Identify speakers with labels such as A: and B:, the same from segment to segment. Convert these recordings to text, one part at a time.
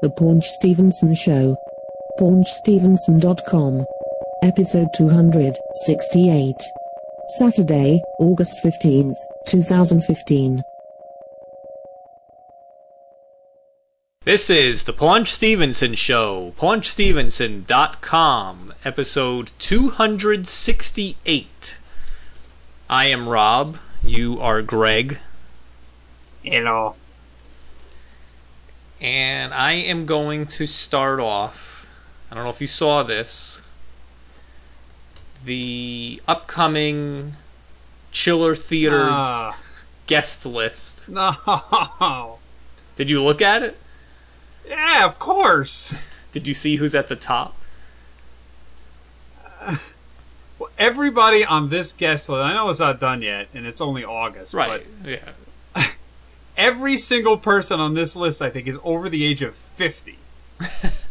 A: The Paunch Stevenson Show. PaunchStevenson.com. Episode 268. Saturday, August 15th, 2015.
B: This is the Paunch Stevenson Show, paunchstevenson.com, episode 268. I am Rob, you are Greg,
C: Hello.
B: and I am going to start off. I don't know if you saw this. The upcoming Chiller Theater
C: Ah,
B: guest list.
C: no.
B: Did you look at it?
C: Yeah, of course.
B: Did you see who's at the top?
C: Well, everybody on this guest list, I know it's not done yet, and it's only August,
B: Right.
C: but
B: Yeah.
C: every single person on this list, I think, is over the age of 50.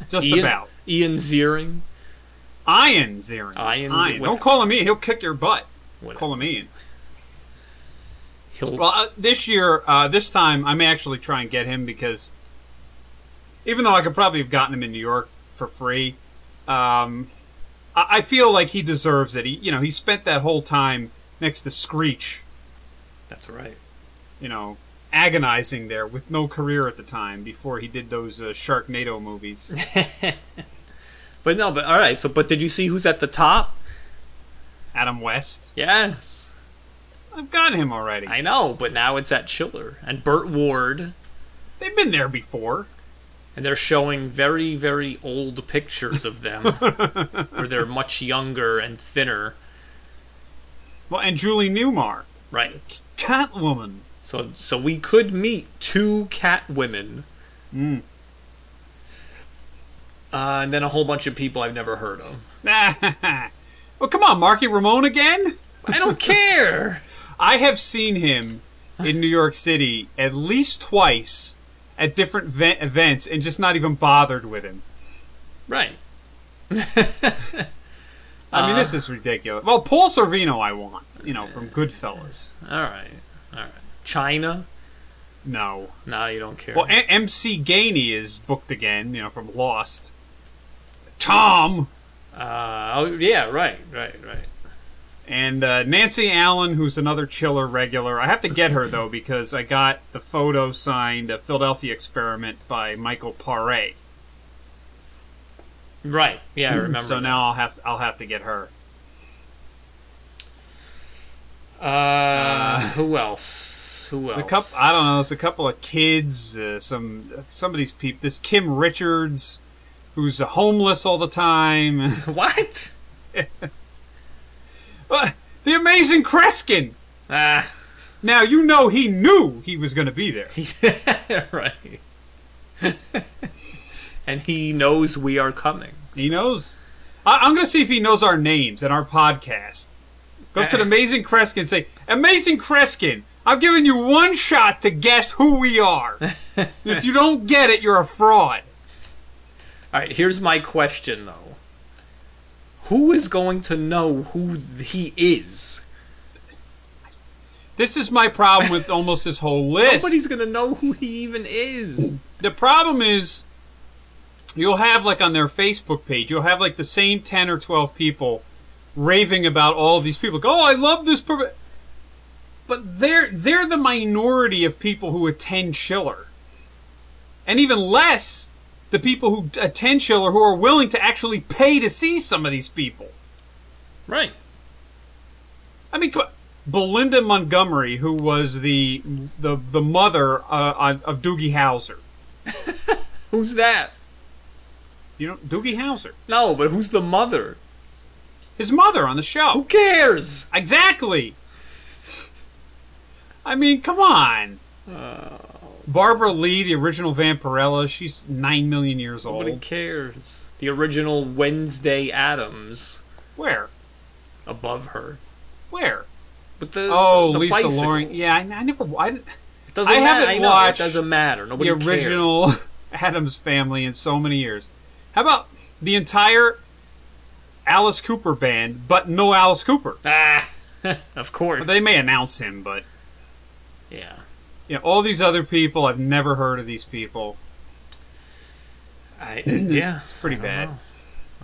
C: Just
B: Ian,
C: about.
B: Ian Ziering.
C: Ian Ziering. It's
B: Ian
C: Ian.
B: Z-
C: Don't call him Ian. He'll kick your butt.
B: Whatever.
C: Call him Ian.
B: He'll,
C: Well, uh, this year, uh, this time, I may actually try and get him because even though I could probably have gotten him in New York for free, um, I-, I feel like he deserves it. He, you know, he spent that whole time next to Screech,
B: that's right.
C: you know, agonizing there with no career at the time before he did those uh, Sharknado movies.
B: But no, but all right. So, but did you see who's at the top?
C: Adam West,
B: Yes,
C: I've got him already.
B: I know. But now it's at Chiller and Burt Ward,
C: They've been there before.
B: and they're showing very, very old pictures of them, where they're much younger and thinner.
C: Well, and Julie Newmar,
B: Right.
C: Catwoman.
B: So, so we could meet two cat women.
C: Mm.
B: Uh, and then a whole bunch of people I've never heard of.
C: well, come on, Marky Ramone again.
B: I don't care.
C: I have seen him in New York City at least twice at different ve- events and just not even bothered with him.
B: Right.
C: I mean, this is ridiculous. Well, Paul Sorvino, I want, you know, from Goodfellas.
B: All right. All right. China.
C: No.
B: No, you don't care.
C: Well, M- MC Gainey is booked again, you know, from Lost. Tom
B: Uh, oh, yeah, right, right, right.
C: and uh, Nancy Allen, who's another chiller regular. I have to get her though because I got the photo signed uh, "Philadelphia Experiment" by Michael Paré.
B: Right, yeah, I remember.
C: So now I'll have I'll have to get her.
B: Uh, who else? Who else?
C: There's a couple. I don't know. There's a couple of kids. Uh, some some of these people. This Kim Richards, who's uh, homeless all the time.
B: What?
C: Uh, the amazing Kreskin.
B: Ah,
C: Now you know he knew he was going to be there.
B: right. and he knows we are coming.
C: He knows. I, I'm going to see if he knows our names and our podcast. Go to the amazing Kreskin and say, "Amazing Kreskin, I'm giving you one shot to guess who we are. if you don't get it, you're a fraud."
B: All right, here's my question, though. Who is going to know who he is?
C: This is my problem with almost this whole list.
B: Nobody's going to know who he even is.
C: the problem is you'll have like on their Facebook page, you'll have like the same 10 or 12 people raving about all of these people. Go, oh, I love this per-" But they're they're the minority of people who attend Schiller. And even less the people who attend Schiller who are willing to actually pay to see some of these people.
B: Right.
C: I mean, come on. Belinda Montgomery, who was the the the mother uh, of Doogie Howser.
B: Who's that?
C: You know Doogie Howser.
B: No, but who's the mother?
C: his mother on the
B: Who
C: show.
B: cares?
C: Exactly. I mean, come on.
B: Oh.
C: Barbara Lee, the original Vampirella, she's nine million years old.
B: Nobody cares. The original Wednesday Adams
C: Where?
B: above her,
C: Where?
B: but the
C: Oh,
B: the
C: Lisa
B: bicycle.
C: Loring. Yeah, I, I never. I didn't,
B: It doesn't
C: I
B: matter.
C: haven't
B: I know,
C: watched
B: It doesn't matter. Nobody
C: the original Adams Family in so many years. How about the entire Alice Cooper band, but no Alice Cooper?
B: cared. Ah, of course.
C: They may announce him, but
B: yeah.
C: you know, all these other people, I've never heard of these people.
B: I, yeah, it's
C: pretty bad.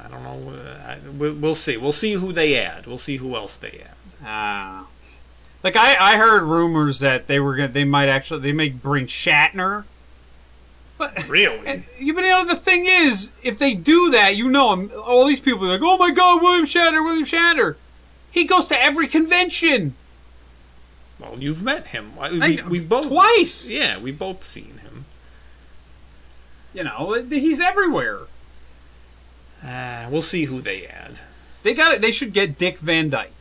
B: I don't know. uh, I, we'll, we'll see. We'll see who they add. We'll see who else they add.
C: Ah. Like I, I heard rumors that they were gonna, they might actually they may bring Shatner. But
B: Really?
C: you but you know the thing is, if they do that, you know 'em- all these people are like, oh my god, William Shatner, William Shatner. He goes to every convention.
B: Well, you've met him. I- We,
C: I-
B: we've both
C: twice.
B: Yeah, we've both seen him.
C: You know he's everywhere.
B: Uh, we'll see who they add.
C: They got it. They should get Dick Van Dyke.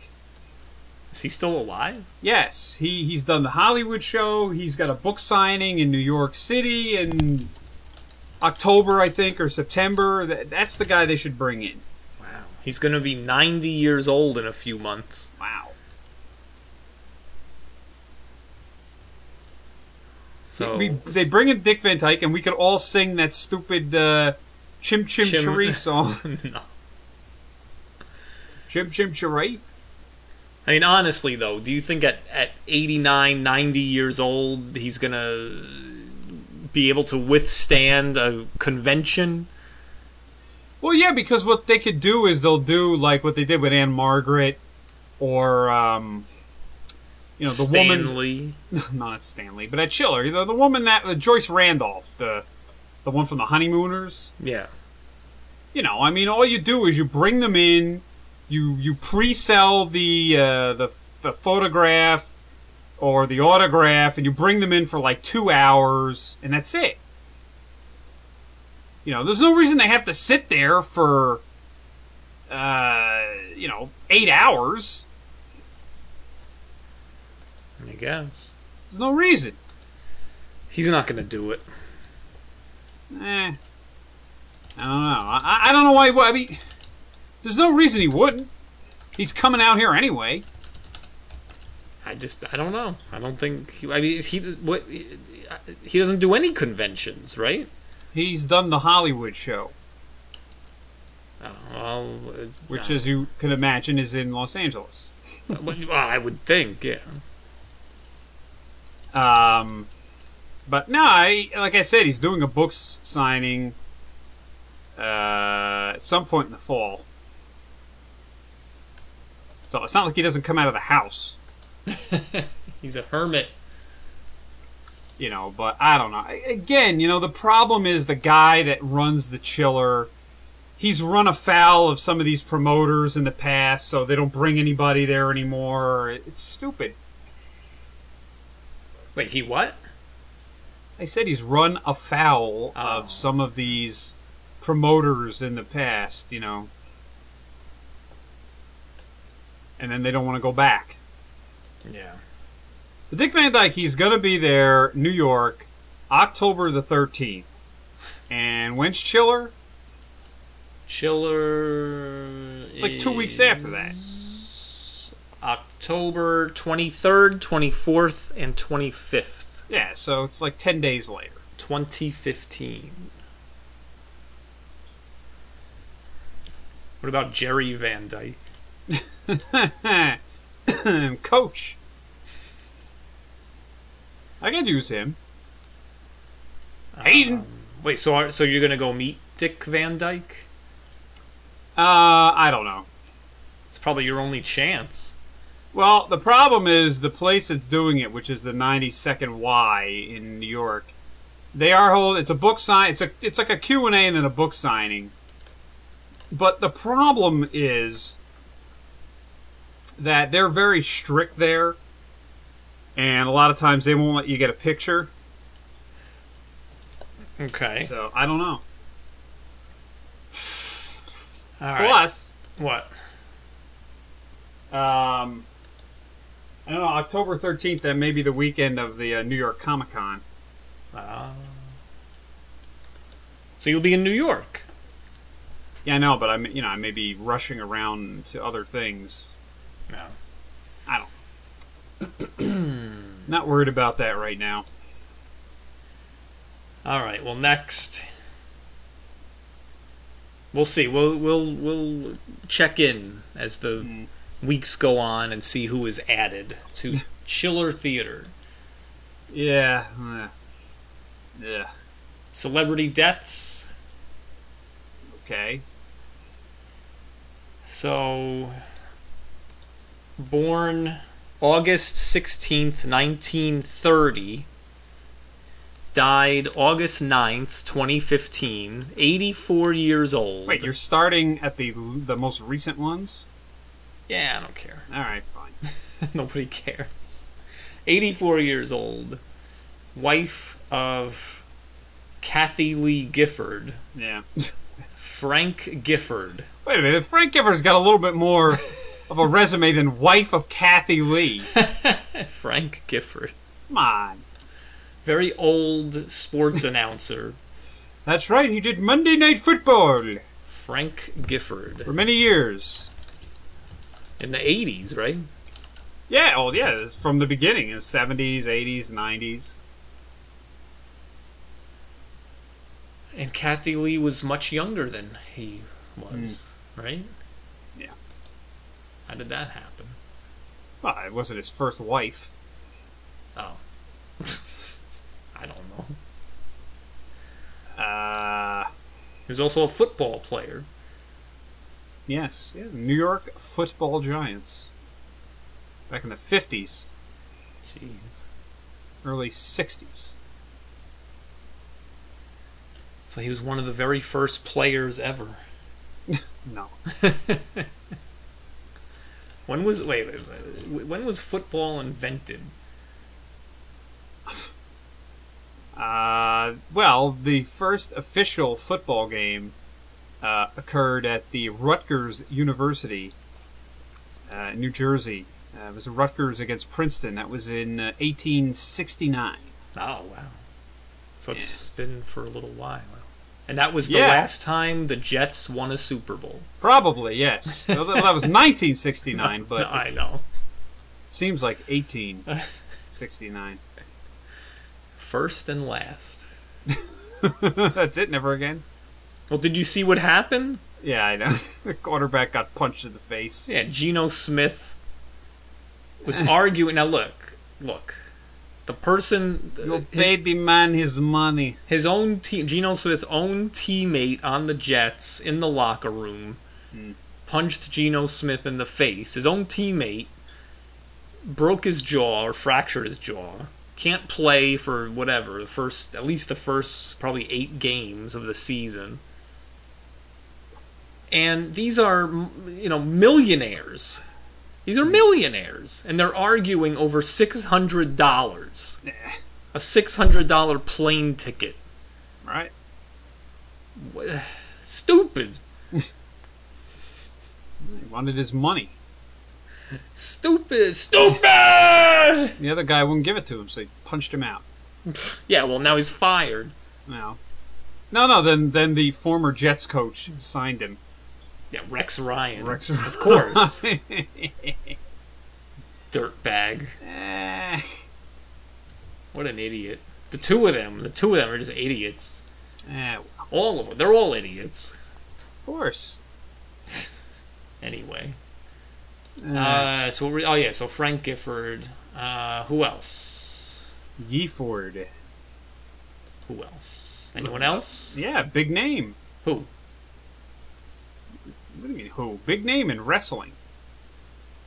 B: Is he still alive?
C: Yes, he he's done the Hollywood show. He's got a book signing in New York City in October, I think, or September. That, that's the guy they should bring in.
B: Wow. He's going to be 90 years old in a few months.
C: Wow.
B: So
C: we, they bring in Dick Van Dyke, and we could all sing that stupid uh, "Chim Chim
B: Chim-
C: Cheree" song.
B: no.
C: Chim Chim Cheree.
B: I mean, honestly, though, do you think at, at 89, 90 years old, he's going to be able to withstand a convention?
C: Well, yeah, because what they could do is they'll do like what they did with Anne Margaret, or um, you know, the woman
B: Stanley.
C: not Stanley, but at Chiller, you know, the woman that uh, Joyce Randolph, the the one from the Honeymooners.
B: Yeah.
C: You know, I mean, all you do is you bring them in, you you pre-sell the uh, the, the photograph or the autograph, and you bring them in for like two hours, and that's it. You know, there's no reason they have to sit there for, uh, you know, eight hours.
B: I guess.
C: There's no reason.
B: He's not going to do it.
C: Eh. I don't know. I, I don't know why. why- I mean, there's no reason he wouldn't. He's coming out here anyway.
B: I just, I don't know. I don't think. He, I mean, he what he doesn't do any conventions, right?
C: He's done the Hollywood show,
B: Oh, well, uh,
C: which,
B: no.
C: as you can imagine, is in Los Angeles.
B: uh, well, I would think, yeah.
C: Um, but no, I, like I said, he's doing a books signing uh, at some point in the fall. So it's not like he doesn't come out of the house.
B: He's a hermit.
C: you know but i don't know I- again you know the problem is the guy that runs the chiller he's run afoul of some of these promoters in the past so they don't bring anybody there anymore it's stupid
B: Wait, he what?
C: i said he's run afoul
B: Oh.
C: of some of these promoters in the past you know and then they don't want to go back
B: Yeah.
C: But Dick Van Dyke, he's going to be there, New York, October the 13th. And when's Chiller?
B: Chiller. It's
C: like two weeks after that.
B: October 23rd, 24th, and 25th,
C: Yeah, so it's like 10 days later.
B: 2015. What about Jerry Van Dyke?
C: Coach. I could use him. Hayden.
B: Um, Wait, so are, so you're gonna go meet Dick Van Dyke?
C: Uh, I don't know.
B: It's probably your only chance.
C: Well, the problem is the place that's doing it, which is the 92nd Y in New York. They are hold. It's a book sign. It's a. It's like a Q and A and then a book signing. But the problem is that they're very strict there, and a lot of times they won't let you get a picture.
B: Okay.
C: So I don't know.
B: All right.
C: Plus,
B: What?
C: um, I don't know. October 13th. That may be the weekend of the uh, New York Comic Con.
B: Ah. so you'll be in New York.
C: Yeah, I know, but I'm you know I may be rushing around to other things.
B: No.
C: I don't. Not worried about that right now.
B: All right. Well, next. We'll see. We'll we'll we'll check in as the
C: Hmm.
B: weeks go on and see who is added to Chiller Theater.
C: Yeah. uh, Yeah.
B: Celebrity deaths.
C: Okay.
B: So, born August 16th, 1930, died August 9th, 2015, 84 years old.
C: Wait, you're starting at the the most recent ones.
B: Yeah, I don't care.
C: All right, fine.
B: Nobody cares. 84 years old, wife of Kathy Lee Gifford,
C: Yeah.
B: Frank Gifford.
C: Wait a minute. Frank Gifford's got a little bit more of a resume than wife of Kathy Lee.
B: Frank Gifford.
C: Come on.
B: Very old sports announcer,
C: That's right. He did Monday Night Football
B: Frank Gifford.
C: for many years.
B: In the 80s, right?
C: Yeah. Oh, yeah. it's From the beginning, in seventies, eighties, nineties.
B: And Kathy Lee was much younger than he was, right?
C: Yeah.
B: How did that happen?
C: Well, it wasn't his first wife.
B: Oh. I don't know.
C: Uh,
B: He was also a football player.
C: yes. Yeah. New York Football Giants. Back in the fifties,
B: Jeez.
C: early sixties.
B: So he was one of the very first players ever.
C: No.
B: When was wait, wait, wait when was football invented?
C: Uh, well, the first official football game uh, occurred at the Rutgers University, uh, in New Jersey. Uh, it was Rutgers against Princeton. That was in uh, 1869.
B: Oh wow! So it's
C: Yes.
B: been for a little while, and that was the
C: Yeah.
B: last time the Jets won a Super Bowl.
C: Probably, yes. well, that that was 1969, but
B: I
C: it
B: know.
C: seems like 1869.
B: First and last.
C: That's it, never again.
B: Well, did you see what happened?
C: Yeah, I know. the quarterback got punched in the face.
B: Yeah, Geno Smith was arguing. Now look, look. The person,
C: You
B: his,
C: paid the man his money.
B: his own team, Geno Smith's own teammate on the Jets in the locker room, punched Geno Smith in the face. His own teammate broke his jaw or fractured his jaw. Can't play for whatever the first, at least the first probably eight games of the season. And these are, m- you know, millionaires. These are millionaires, and they're arguing over six hundred dollars, a six hundred dollar plane ticket
C: Right?
B: stupid
C: He wanted his money.
B: stupid stupid
C: The other guy wouldn't give it to him, so he punched him out.
B: yeah well now he's fired
C: No, no, no. Then, then the former Jets coach signed him.
B: yeah rex ryan
C: Rex,
B: of course dirtbag
C: Eh,
B: what an idiot the two of them the two of them are just idiots
C: eh,
B: all of them they're all idiots
C: of course.
B: anyway
C: Eh,
B: uh so what were- oh yeah so frank gifford uh who else
C: Yeeford.
B: who else anyone else
C: Yeah, big name.
B: who
C: What do you mean who? Big name in wrestling.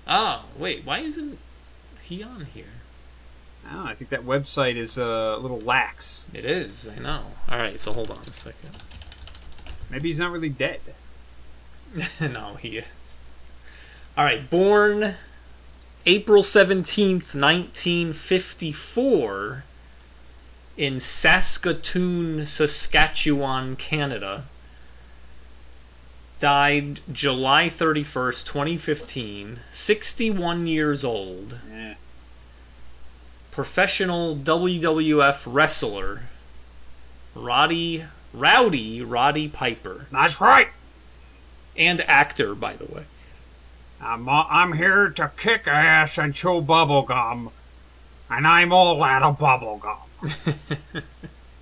B: oh wait why isn't he on here
C: I don't know, Ah, I think that website is uh, a little lax.
B: it is i know all right so hold on a second
C: Maybe he's not really dead.
B: no, he is. All right, born April 17th, 1954 in Saskatoon, Saskatchewan, Canada. Died July 31st, 2015, 61 years old.
C: Yeah.
B: Professional WWF wrestler. Roddy Rowdy Roddy Piper
C: That's right.
B: and actor by the way.
C: I'm uh, I'm here to kick ass and chew bubble gum, and I'm all out of bubble gum.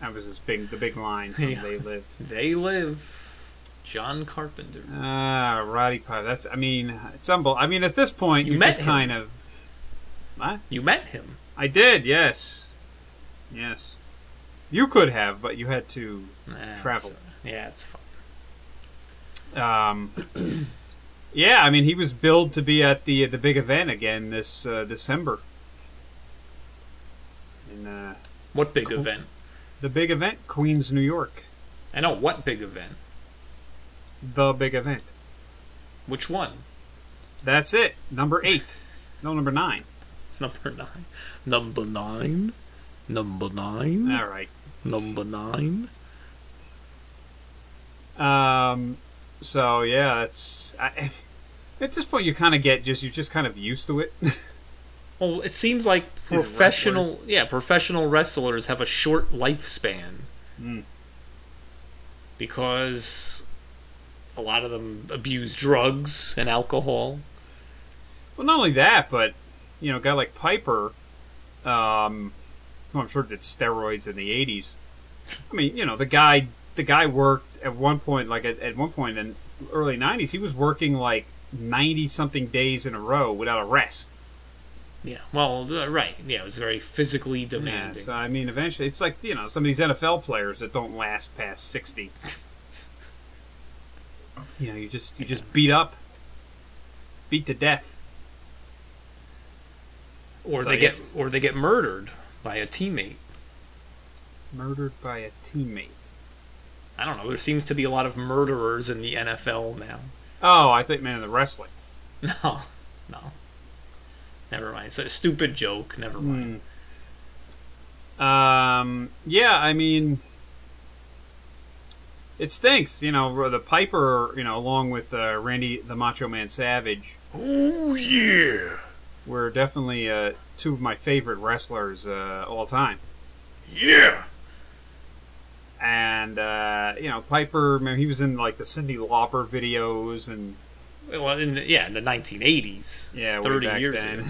C: that was his big the big line from
B: Yeah.
C: They Live.
B: They live. John Carpenter.
C: Ah, Roddy Piper. That's. I mean, it's unbelievable. I mean, at this point,
B: You
C: you are
B: met
C: just
B: him.
C: kind of. What?
B: You met him.
C: I did. Yes. Yes. You could have, but you had to.
B: Nah,
C: Travel.
B: it's- yeah, it's fine.
C: Um, yeah, I mean, he was billed to be at the the big event again this uh, December. In uh,
B: What big event?
C: the big event, Queens, New York.
B: I know what big event.
C: The big event.
B: Which one?
C: That's it. Number eight. no, number nine.
B: Number nine. Number nine. Number nine.
C: All right.
B: Number nine.
C: Um, so yeah, it's I, at this point you kind of get just you're just kind of used to it.
B: Well, it seems like
C: are
B: professional,
C: wrestlers.
B: yeah, professional wrestlers have a short lifespan
C: Mm.
B: because a lot of them abuse drugs and alcohol.
C: well, not only that, but you know, a guy like Piper, um, who I'm sure did steroids in the '80s. I mean, you know, the guy the guy worked at one point, like at, at one point in early '90s, he was working like 90 something days in a row without a rest.
B: Yeah, well, uh, right. Yeah, it was very physically
C: Yeah,
B: demanding.
C: so I mean, eventually, it's like you know some of these NFL players that don't last past sixty. you know, you just you just beat up, beat to death.
B: or
C: so
B: they
C: yes.
B: get or they get murdered by a teammate.
C: Murdered by a teammate.
B: I don't know. There seems to be a lot of murderers in the NFL now.
C: Oh, I think man, the wrestling.
B: No, no. Never mind. It's a stupid joke. Never
C: Hmm.
B: mind.
C: Um, yeah, I mean, it stinks. You know, the Piper. You know, along with uh, Randy the Macho Man Savage,
B: Oh yeah,
C: were definitely uh, two of my favorite wrestlers uh, all time.
B: yeah.
C: and uh, you know Piper. I mean, he was in like the Cindy Lauper videos, and
B: Well, in the, yeah, in the 1980s.
C: yeah, way
B: 30
C: back
B: years
C: then.
B: ago.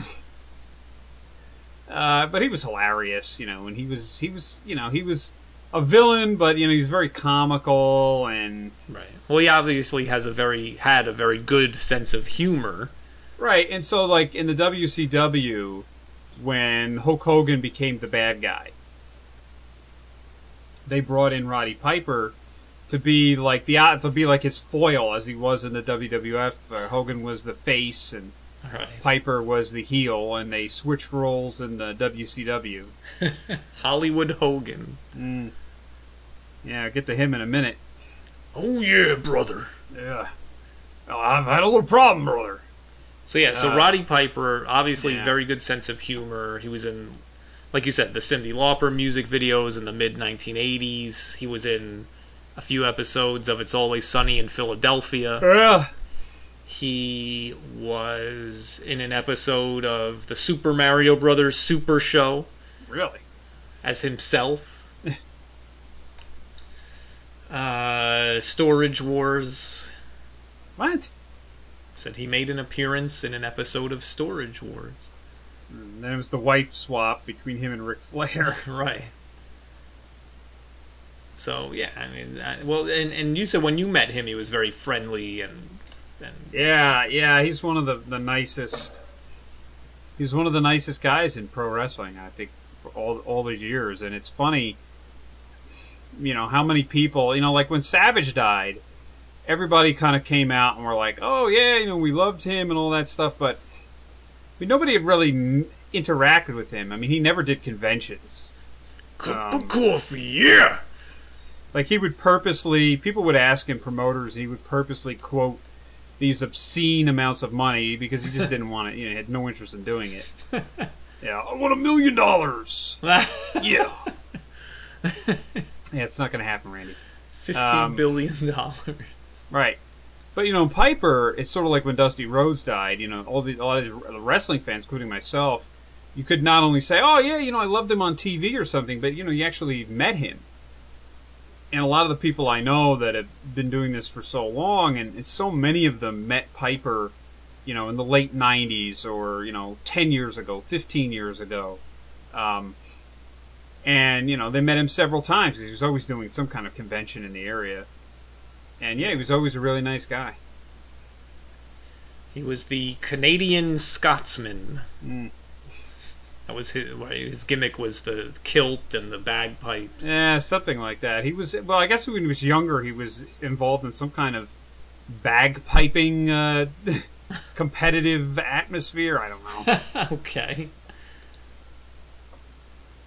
C: uh, but he was hilarious, you know, and he was he was you know he was a villain, but you know he was very comical, and
B: Right. Well, he obviously has a very had a very good sense of humor.
C: right, and so like in the WCW, when Hulk Hogan became the bad guy, they brought in Roddy Piper. To be like the uh, to be like his foil as he was in the WWF. Uh, Hogan was the face, and
B: Right.
C: Piper was the heel, and they switched roles in the WCW.
B: Hollywood Hogan.
C: Mm. Yeah, I'll get to him in a minute.
B: Oh yeah, brother.
C: Yeah. Oh, I've had a little problem, brother.
B: So yeah, so
C: Uh,
B: Roddy Piper, obviously
C: yeah.
B: very good sense of humor. He was in, like you said, the Cindy Lauper music videos in the mid 1980s. He was in a few episodes of It's Always Sunny in Philadelphia.
C: Yeah.
B: He was in an episode of the Super Mario Brothers Super Show
C: Really?
B: as himself. uh, Storage Wars
C: What?
B: said he made an appearance in an episode of Storage Wars.
C: And then it was the wife swap between him and Ric Flair.
B: Right. So yeah, I mean, I, well, and and you said when you met him, he was very friendly and and
C: yeah, yeah, he's one of the, the nicest. He's one of the nicest guys in pro wrestling, I think, for all all these years. And it's funny, you know, how many people, you know, like when Savage died, everybody kind of came out and were like, "Oh yeah, you know, we loved him and all that stuff," but I mean, nobody had really m- interacted with him. I mean, he never did conventions.
B: cup
C: Um,
B: of coffee, yeah.
C: Like he would purposely, people would ask him promoters, and he would purposely quote these obscene amounts of money because he just didn't want it. You know, he had no interest in doing it. Yeah, I want a million dollars. Yeah. yeah, it's not going to happen, Randy.
B: Fifteen
C: Um,
B: billion dollars.
C: Right. But you know, in Piper, it's sort of like when Dusty Rhodes died. You know, all the all the wrestling fans, including myself, you could not only say, "Oh yeah, you know, I loved him on TV or something," but you know, you actually met him. And a lot of the people I know that have been doing this for so long, and, and so many of them met Piper, you know, in the late '90s or you know, 10 years ago, 15 years ago. Um, and you know, they met him several times. 'cause He was always doing some kind of convention in the area. And yeah, he was always a really nice guy.
B: He was the Canadian Scotsman.
C: Mm.
B: That was his. well, His gimmick was the kilt and the bagpipes.
C: Yeah, something like that. He was well, I guess when he was younger, he was involved in some kind of bagpiping uh, competitive atmosphere. I don't know.
B: okay.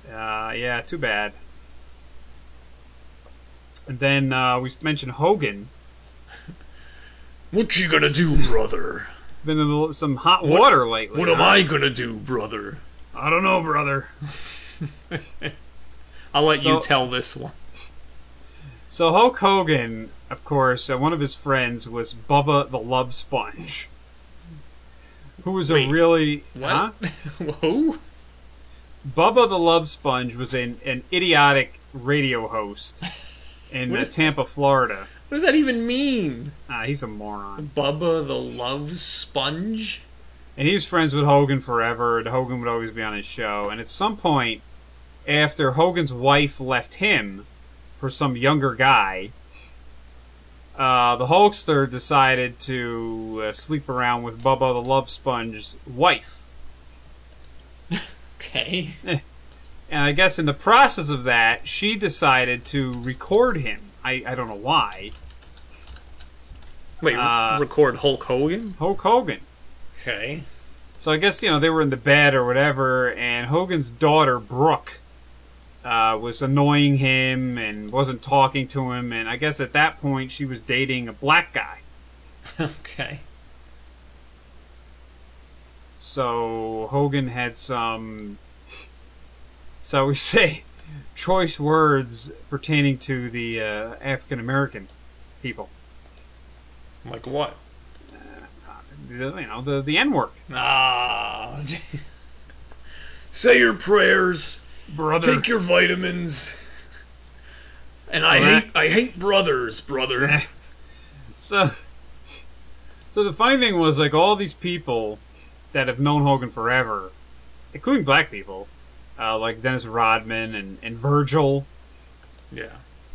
C: Uh, yeah, too bad. And then uh, we mentioned Hogan.
B: What you gonna do, brother?
C: Been in a little, some hot
B: What-
C: water lately.
B: What am
C: huh?
B: I gonna do, brother?
C: I don't know, brother.
B: I'll let you
C: So-
B: tell this one.
C: So Hulk Hogan, of course, uh, one of his friends was Bubba the Love Sponge, who was
B: Wait,
C: a really huh?
B: What? Who?
C: Bubba the Love Sponge was an, an idiotic radio host in
B: What
C: uh,
B: is-
C: Tampa, Florida.
B: What does that even mean?
C: Ah, he's a moron.
B: Bubba the Love Sponge?
C: And he was friends with Hogan forever, and Hogan would always be on his show. And at some point, after Hogan's wife left him for some younger guy, uh, the Hulkster decided to uh, sleep around with Bubba the Love Sponge's wife.
B: Okay.
C: And I guess in the process of that, she decided to record him. I, I don't know why.
B: Wait,
C: Uh,
B: record Hulk Hogan?
C: Hulk Hogan.
B: Okay.
C: So I guess you know they were in the bed or whatever, and Hogan's daughter Brooke uh, was annoying him and wasn't talking to him, and I guess at that point she was dating a black guy.
B: Okay.
C: So Hogan had some, so we say, choice words pertaining to the uh, African American people.
B: Like what?
C: You know the the N word,
B: Ah. Say your prayers.
C: brother.
B: Take your vitamins. And I
C: So that-
B: hate I hate brothers, brother.
C: So, so the funny thing was, like, all these people that have known Hogan forever, including black people, uh, like Dennis Rodman and, and Virgil,
B: yeah.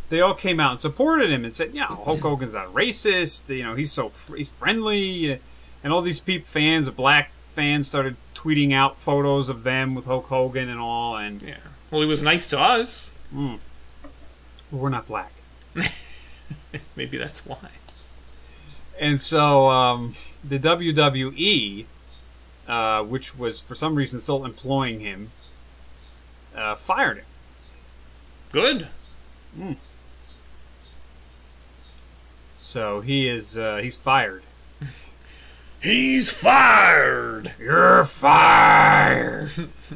C: they all came out and supported him and said, "Yeah, Hulk Hogan's not racist. You know, he's so fr- he's friendly." And all these peep fans, black fans, started tweeting out photos of them with Hulk Hogan and all, and
B: Yeah. Well, he was nice to us.
C: we're not black.
B: Maybe that's why.
C: And so um, the WWE, uh, which was for some reason still employing him, uh, fired him.
B: Good.
C: So he is uh, he's fired.
B: He's fired.
C: You're fired.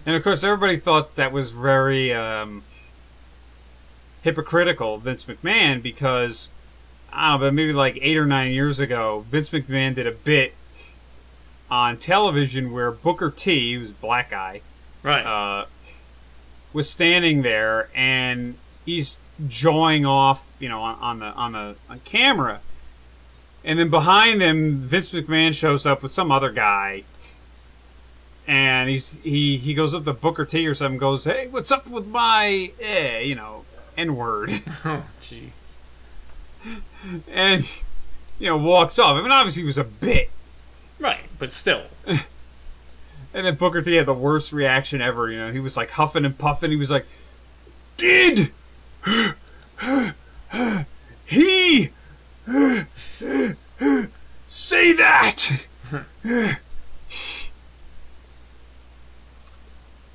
C: and of course, everybody thought that was very um, hypocritical, of Vince McMahon, because I don't know, but maybe like eight or nine years ago, Vince McMahon did a bit on television where Booker T, who's a black guy,
B: Right.
C: uh, was standing there and he's jawing off, you know, on, on the on the on camera. And then behind them, Vince McMahon shows up with some other guy, and he's he he goes up to Booker T or something, goes, "Hey, what's up with my eh, you know, n word?"
B: oh, jeez.
C: and you know, walks off. I mean, obviously, it was a bit.
B: Right, but still.
C: And then Booker T had the worst reaction ever. You know, he was like huffing and puffing. He was like, "Did he say that?"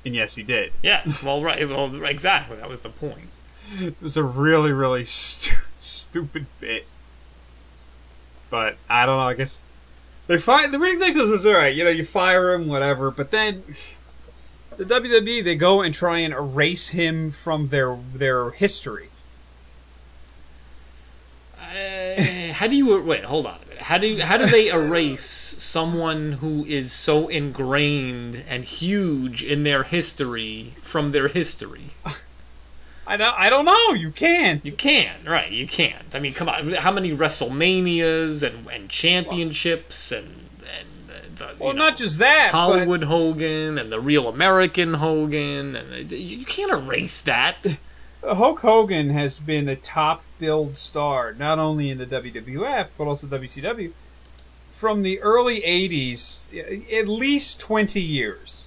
C: and yes, he did.
B: Yeah. Well, right. Well, right, exactly. That was the point.
C: It was a really, really stu- stupid bit. But I don't know. I guess they fire the Riddick Nicholas was all right. You know, you fire him, whatever. But then the WWE they go and try and erase him from their their history.
B: Uh, how do you wait? Hold on a minute. How do how do they erase someone who is so ingrained and huge in their history from their history?
C: I don't. I don't know. You can't.
B: You can't, right? You can't. I mean, come on. How many WrestleManias and and championships and and uh, the,
C: Well,
B: you know,
C: not just that. but-
B: Hollywood Hogan and the real American Hogan and uh, you you can't erase that.
C: Hulk Hogan has been a top billed star, not only in the WWF, but also WCW, from the early 80s, at least 20 years,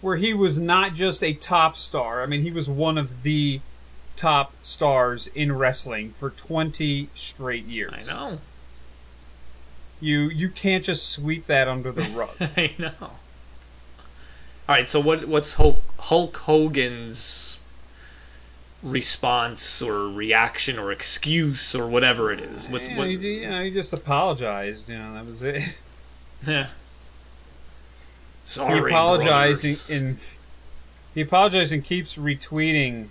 C: where he was not just a top star. I mean, he was one of the top stars in wrestling for 20 straight years.
B: I know.
C: You you can't just sweep that under the rug.
B: I know. All right, so what what's Hulk, Hulk Hogan's response or reaction or excuse or whatever it is? What's
C: Yeah,
B: what?
C: he, you know, he just apologized. You know, that was it.
B: Yeah.
C: he
B: Sorry,
C: apologized
B: brothers.
C: and, and he apologized and keeps retweeting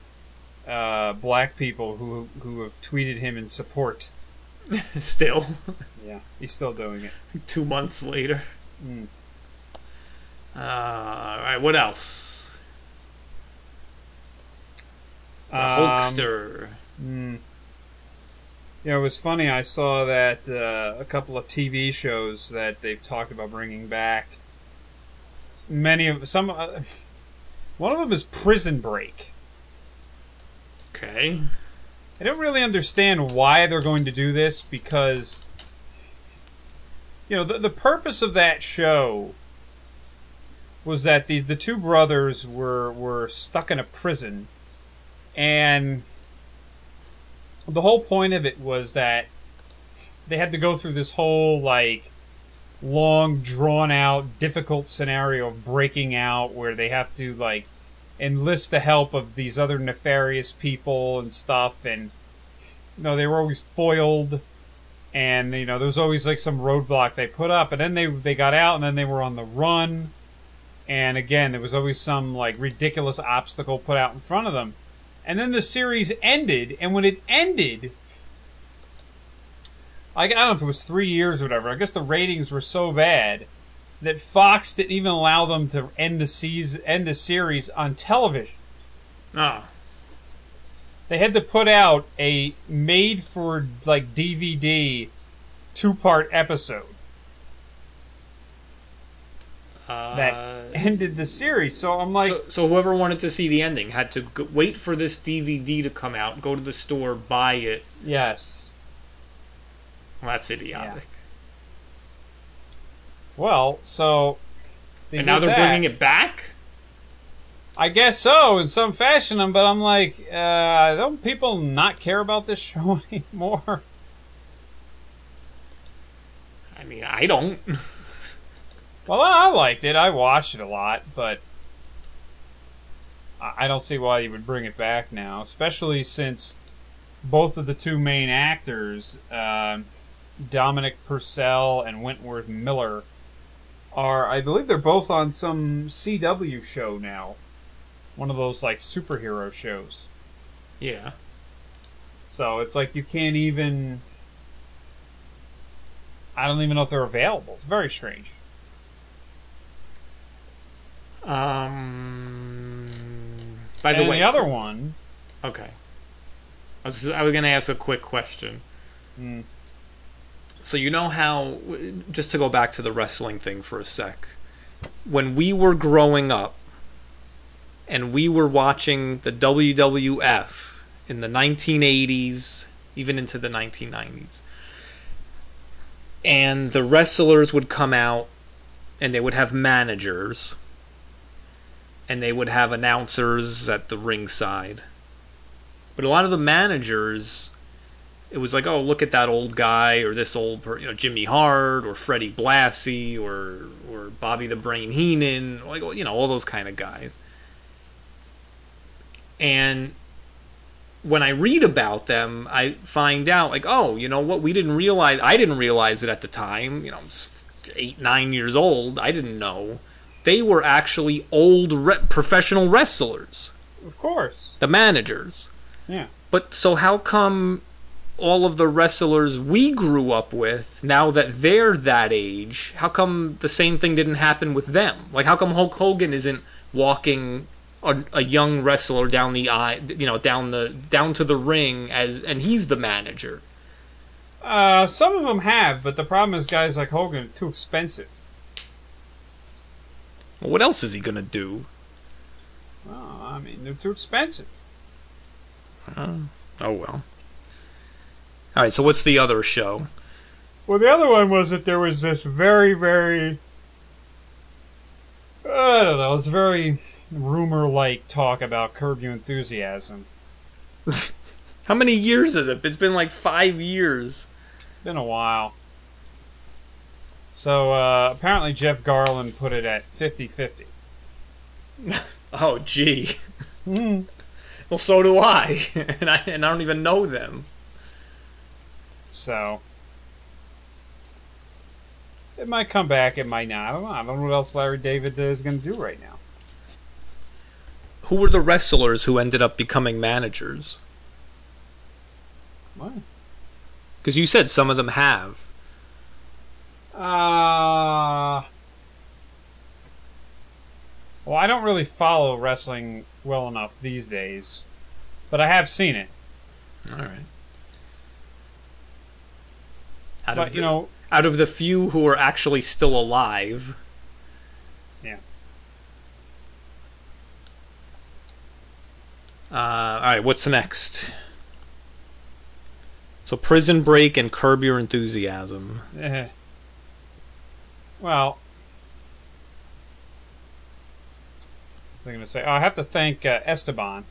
C: uh, black people who who have tweeted him in support.
B: Still,
C: Yeah, he's still doing it.
B: two months later.
C: Mm.
B: Uh, all right, what else? The
C: Um,
B: Hulkster.
C: Mm. Yeah, it was funny. I saw that uh, a couple of TV shows that they've talked about bringing back. Many of some, uh, one of them is Prison Break.
B: Okay.
C: I don't really understand why they're going to do this because, you know, the, the purpose of that show was that these the two brothers were were stuck in a prison, and the whole point of it was that they had to go through this whole like long drawn out difficult scenario of breaking out where they have to like enlist the help of these other nefarious people and stuff and you know they were always foiled and you know there was always like some roadblock they put up and then they they got out and then they were on the run and again there was always some like ridiculous obstacle put out in front of them and then the series ended and when it ended I I don't know if it was three years or whatever. I guess the ratings were so bad that Fox didn't even allow them to end the season, end the series on television.
B: Ah,
C: They had to put out a made for like DVD two part episode
B: uh,
C: that ended the series. So I'm like,
B: so, so whoever wanted to see the ending had to go, wait for this DVD to come out, go to the store, buy it.
C: yes.
B: Well, that's idiotic.
C: Well, so they
B: and now
C: did
B: they're
C: that.
B: bringing it back.
C: I guess so in some fashion. um, But I'm like, uh, don't people not care about this show anymore?
B: I mean, I don't.
C: Well, I I liked it. I watched it a lot, but I I don't see why you would bring it back now, especially since both of the two main actors, um Dominic Purcell and Wentworth Miller, are, I believe, they're both on some CW show now. One of those, like, superhero shows.
B: Yeah.
C: So it's like you can't even. I don't even know if they're available. It's very strange.
B: Um. By the
C: and
B: way,
C: the other one.
B: okay. I was, I was gonna ask a quick question.
C: Mm,
B: So you know how, just to go back to the wrestling thing for a sec, when we were growing up, and we were watching the WWF in the 1980s, even into the 1990s, and the wrestlers would come out, and they would have managers, and they would have announcers at the ringside. But a lot of the managers it was like, oh, look at that old guy or this old, per- you know, Jimmy Hart or Freddie Blassie or or Bobby the Brain Heenan, like you know, all those kind of guys. And when I read about them, I find out like, oh, you know what? We didn't realize. I didn't realize it at the time. You know, I was eight, nine years old. I didn't know they were actually old re- professional wrestlers,
C: of course.
B: the managers.
C: Yeah.
B: But so how come all of the wrestlers we grew up with, now that they're that age, how come the same thing didn't happen with them? Like how come Hulk Hogan isn't walking a, a young wrestler down the eye, you know, down the down to the ring as and he's the manager.
C: Uh, some of them have, but the problem is guys like Hogan are too expensive.
B: Well, what else is he going to do?
C: Oh, I mean, they're too expensive.
B: Oh well. All right, so what's the other show?
C: Well, the other one was that there was this very, very. I don't know. It's very rumor like talk about Curb Your Enthusiasm.
B: How many years is it? It's been like five years.
C: It's been a while. So uh, apparently Jeff Garland put it at 50-50.
B: Oh, gee.
C: Hmm.
B: Well, so do I, and I and I don't even know them.
C: So it might come back. It might not. I don't know. I don't know what else Larry David is going to do right now.
B: Who were the wrestlers who ended up becoming managers?
C: What?
B: Because you said some of them have.
C: Uh, well, I don't really follow wrestling well enough these days, but I have seen it.
B: All right. Out
C: but
B: of
C: you
B: the-
C: know,
B: out of the few who are actually still alive,
C: Yeah.
B: Uh, all right, what's next? So, Prison Break and Curb Your Enthusiasm.
C: eh. well, I'm going to say oh, I have to thank uh, Esteban.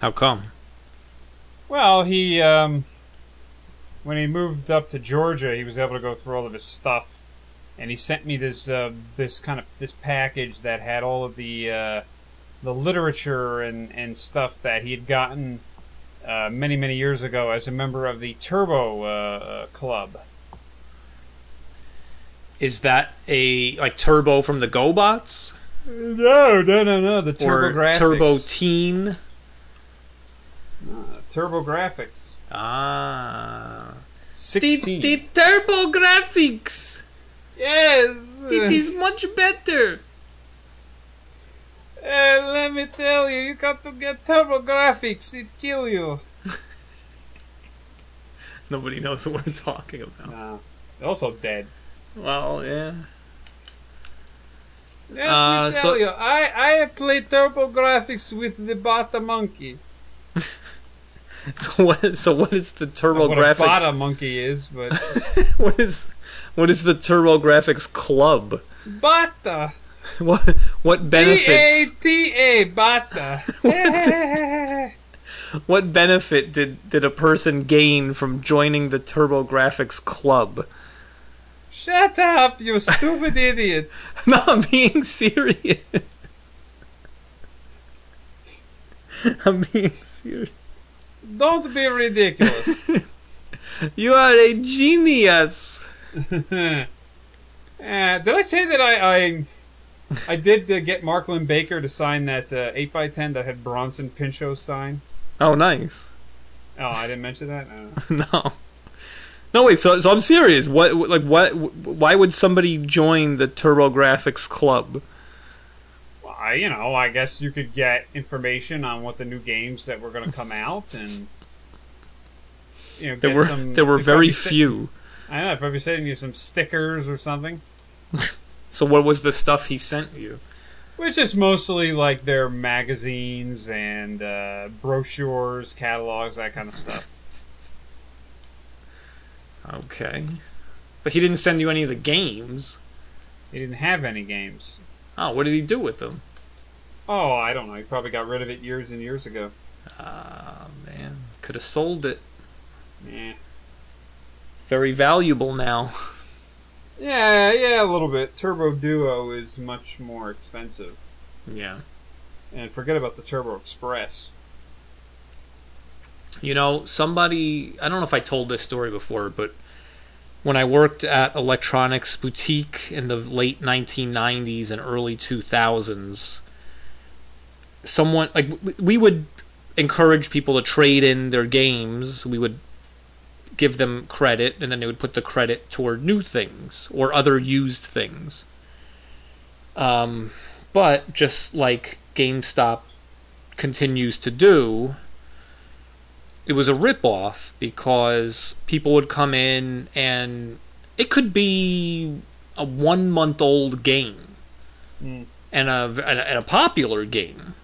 B: How come?
C: Well, he um, when he moved up to Georgia, he was able to go through all of his stuff, and he sent me this uh, this kind of this package that had all of the uh, the literature and and stuff that he had gotten uh, many many years ago as a member of the Turbo uh, uh, Club.
B: Is that a like Turbo from the GoBots
C: No, no, no, no. The Turbo
B: or
C: Graphics.
B: Turbo Teen?
C: Turbo Graphics.
B: Ah, the,
C: Sixteen.
B: the Turbo Graphics.
C: yes.
B: It is much better.
C: Eh, let me tell you, you got to get Turbo Graphics. It kill you.
B: Nobody knows what we're talking about.
C: No. They're Uh, also dead.
B: Well, yeah.
C: Let
B: Uh,
C: me tell
B: so-
C: you, I, I played TurboGrafx with the Bata Monkey.
B: So what? So what is the Turbo
C: what
B: Graphics?
C: a Bata Monkey is, but
B: What is what is the Turbo Graphics Club?
C: Bata!
B: What what benefits?
C: B-A-T-A, Bata!
B: What benefit did did a person gain from joining the Turbo Graphics Club?
C: Shut up, you stupid idiot!
B: No, I'm being serious. I'm being serious.
C: Don't be ridiculous.
B: You are a genius.
C: uh, did I say that I... I I did uh, get Marklin Baker to sign that uh, 8x10 that had Bronson Pinchot sign.
B: Oh, nice.
C: Oh, I didn't mention that? Uh,
B: No. No wait, so so I'm serious. What like what why would somebody join the TurboGrafx club?
C: Well, I, you know, I guess you could get information on what the new games that were going to come out, and you know,
B: There
C: get
B: were
C: some,
B: there were
C: they'd
B: very
C: probably se-
B: few.
C: I don't know, probably sending you some stickers or something,
B: So what was the stuff he sent you?
C: which is mostly like their magazines and uh, brochures, catalogs, that kind of stuff.
B: Okay. But he didn't send you any of the games.
C: They didn't have any games.
B: Oh, what did he do with them?
C: Oh, I don't know. He probably got rid of it years and years ago.
B: Ah, man. Could have sold it.
C: Yeah,
B: Very valuable now.
C: yeah, yeah, a little bit. Turbo Duo is much more expensive,
B: Yeah.
C: and forget about the Turbo Express.
B: You know, somebody, I don't know if I told this story before, but when I worked at Electronics Boutique in the late 1990s and early 2000s, someone, like, w- we would encourage people to trade in their games. We would give them credit, and then they would put the credit toward new things or other used things. Um, but just like GameStop continues to do, it was a ripoff because people would come in and it could be a one month old game
C: Mm.
B: and, a, and a and a popular game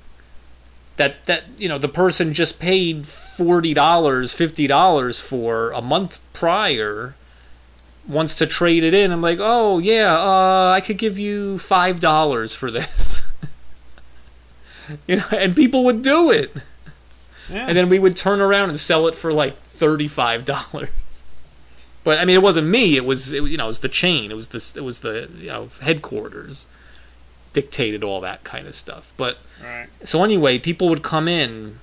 B: that that you know the person just paid forty dollars fifty dollars for a month prior wants to trade it in I'm like oh yeah uh, I could give you five dollars for this you know and people would do it
C: Yeah.
B: and then we would turn around and sell it for like thirty-five dollars. But I mean, it wasn't me. It was it, you know it was the chain. It was this. It was the you know headquarters dictated all that kind of stuff. But
C: Right.
B: so anyway, people would come in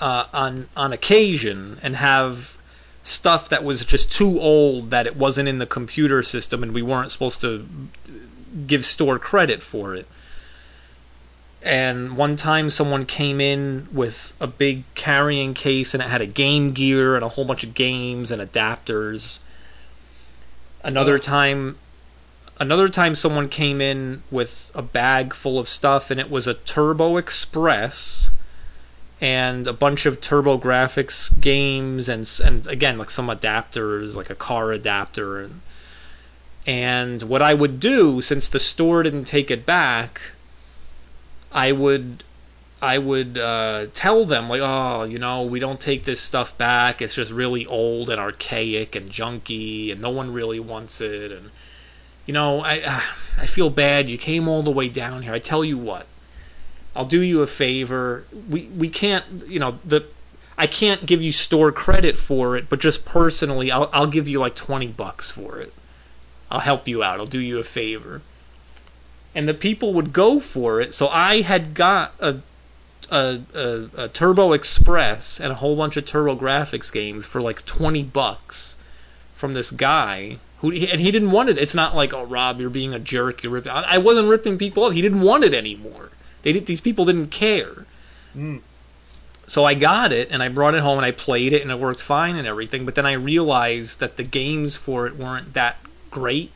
B: uh, on on occasion and have stuff that was just too old that it wasn't in the computer system and we weren't supposed to give store credit for it. And one time someone came in with a big carrying case and it had a Game Gear and a whole bunch of games and adapters. Another time another time someone came in with a bag full of stuff and it was a Turbo Express and a bunch of Turbo Graphics games and s- and again like some adapters like a car adapter and and what I would do since the store didn't take it back I would I would uh, tell them like, oh, you know, we don't take this stuff back. It's just really old and archaic and junky, and no one really wants it. And you know, I ah, I feel bad. You came all the way down here. I tell you what, I'll do you a favor. We we can't, you know, the I can't give you store credit for it, but just personally, I'll I'll give you like twenty bucks for it. I'll help you out. I'll do you a favor and the people would go for it. So I had got a a, a, a Turbo Express and a whole bunch of Turbo Graphics games for like twenty bucks from this guy who and he didn't want it. It's not like oh Rob, you're being a jerk. You're ripping. I I wasn't ripping people off. He didn't want it anymore. They did, these people didn't care. So I got it and I brought it home and I played it and it worked fine and everything. But then I realized that the games for it weren't that great.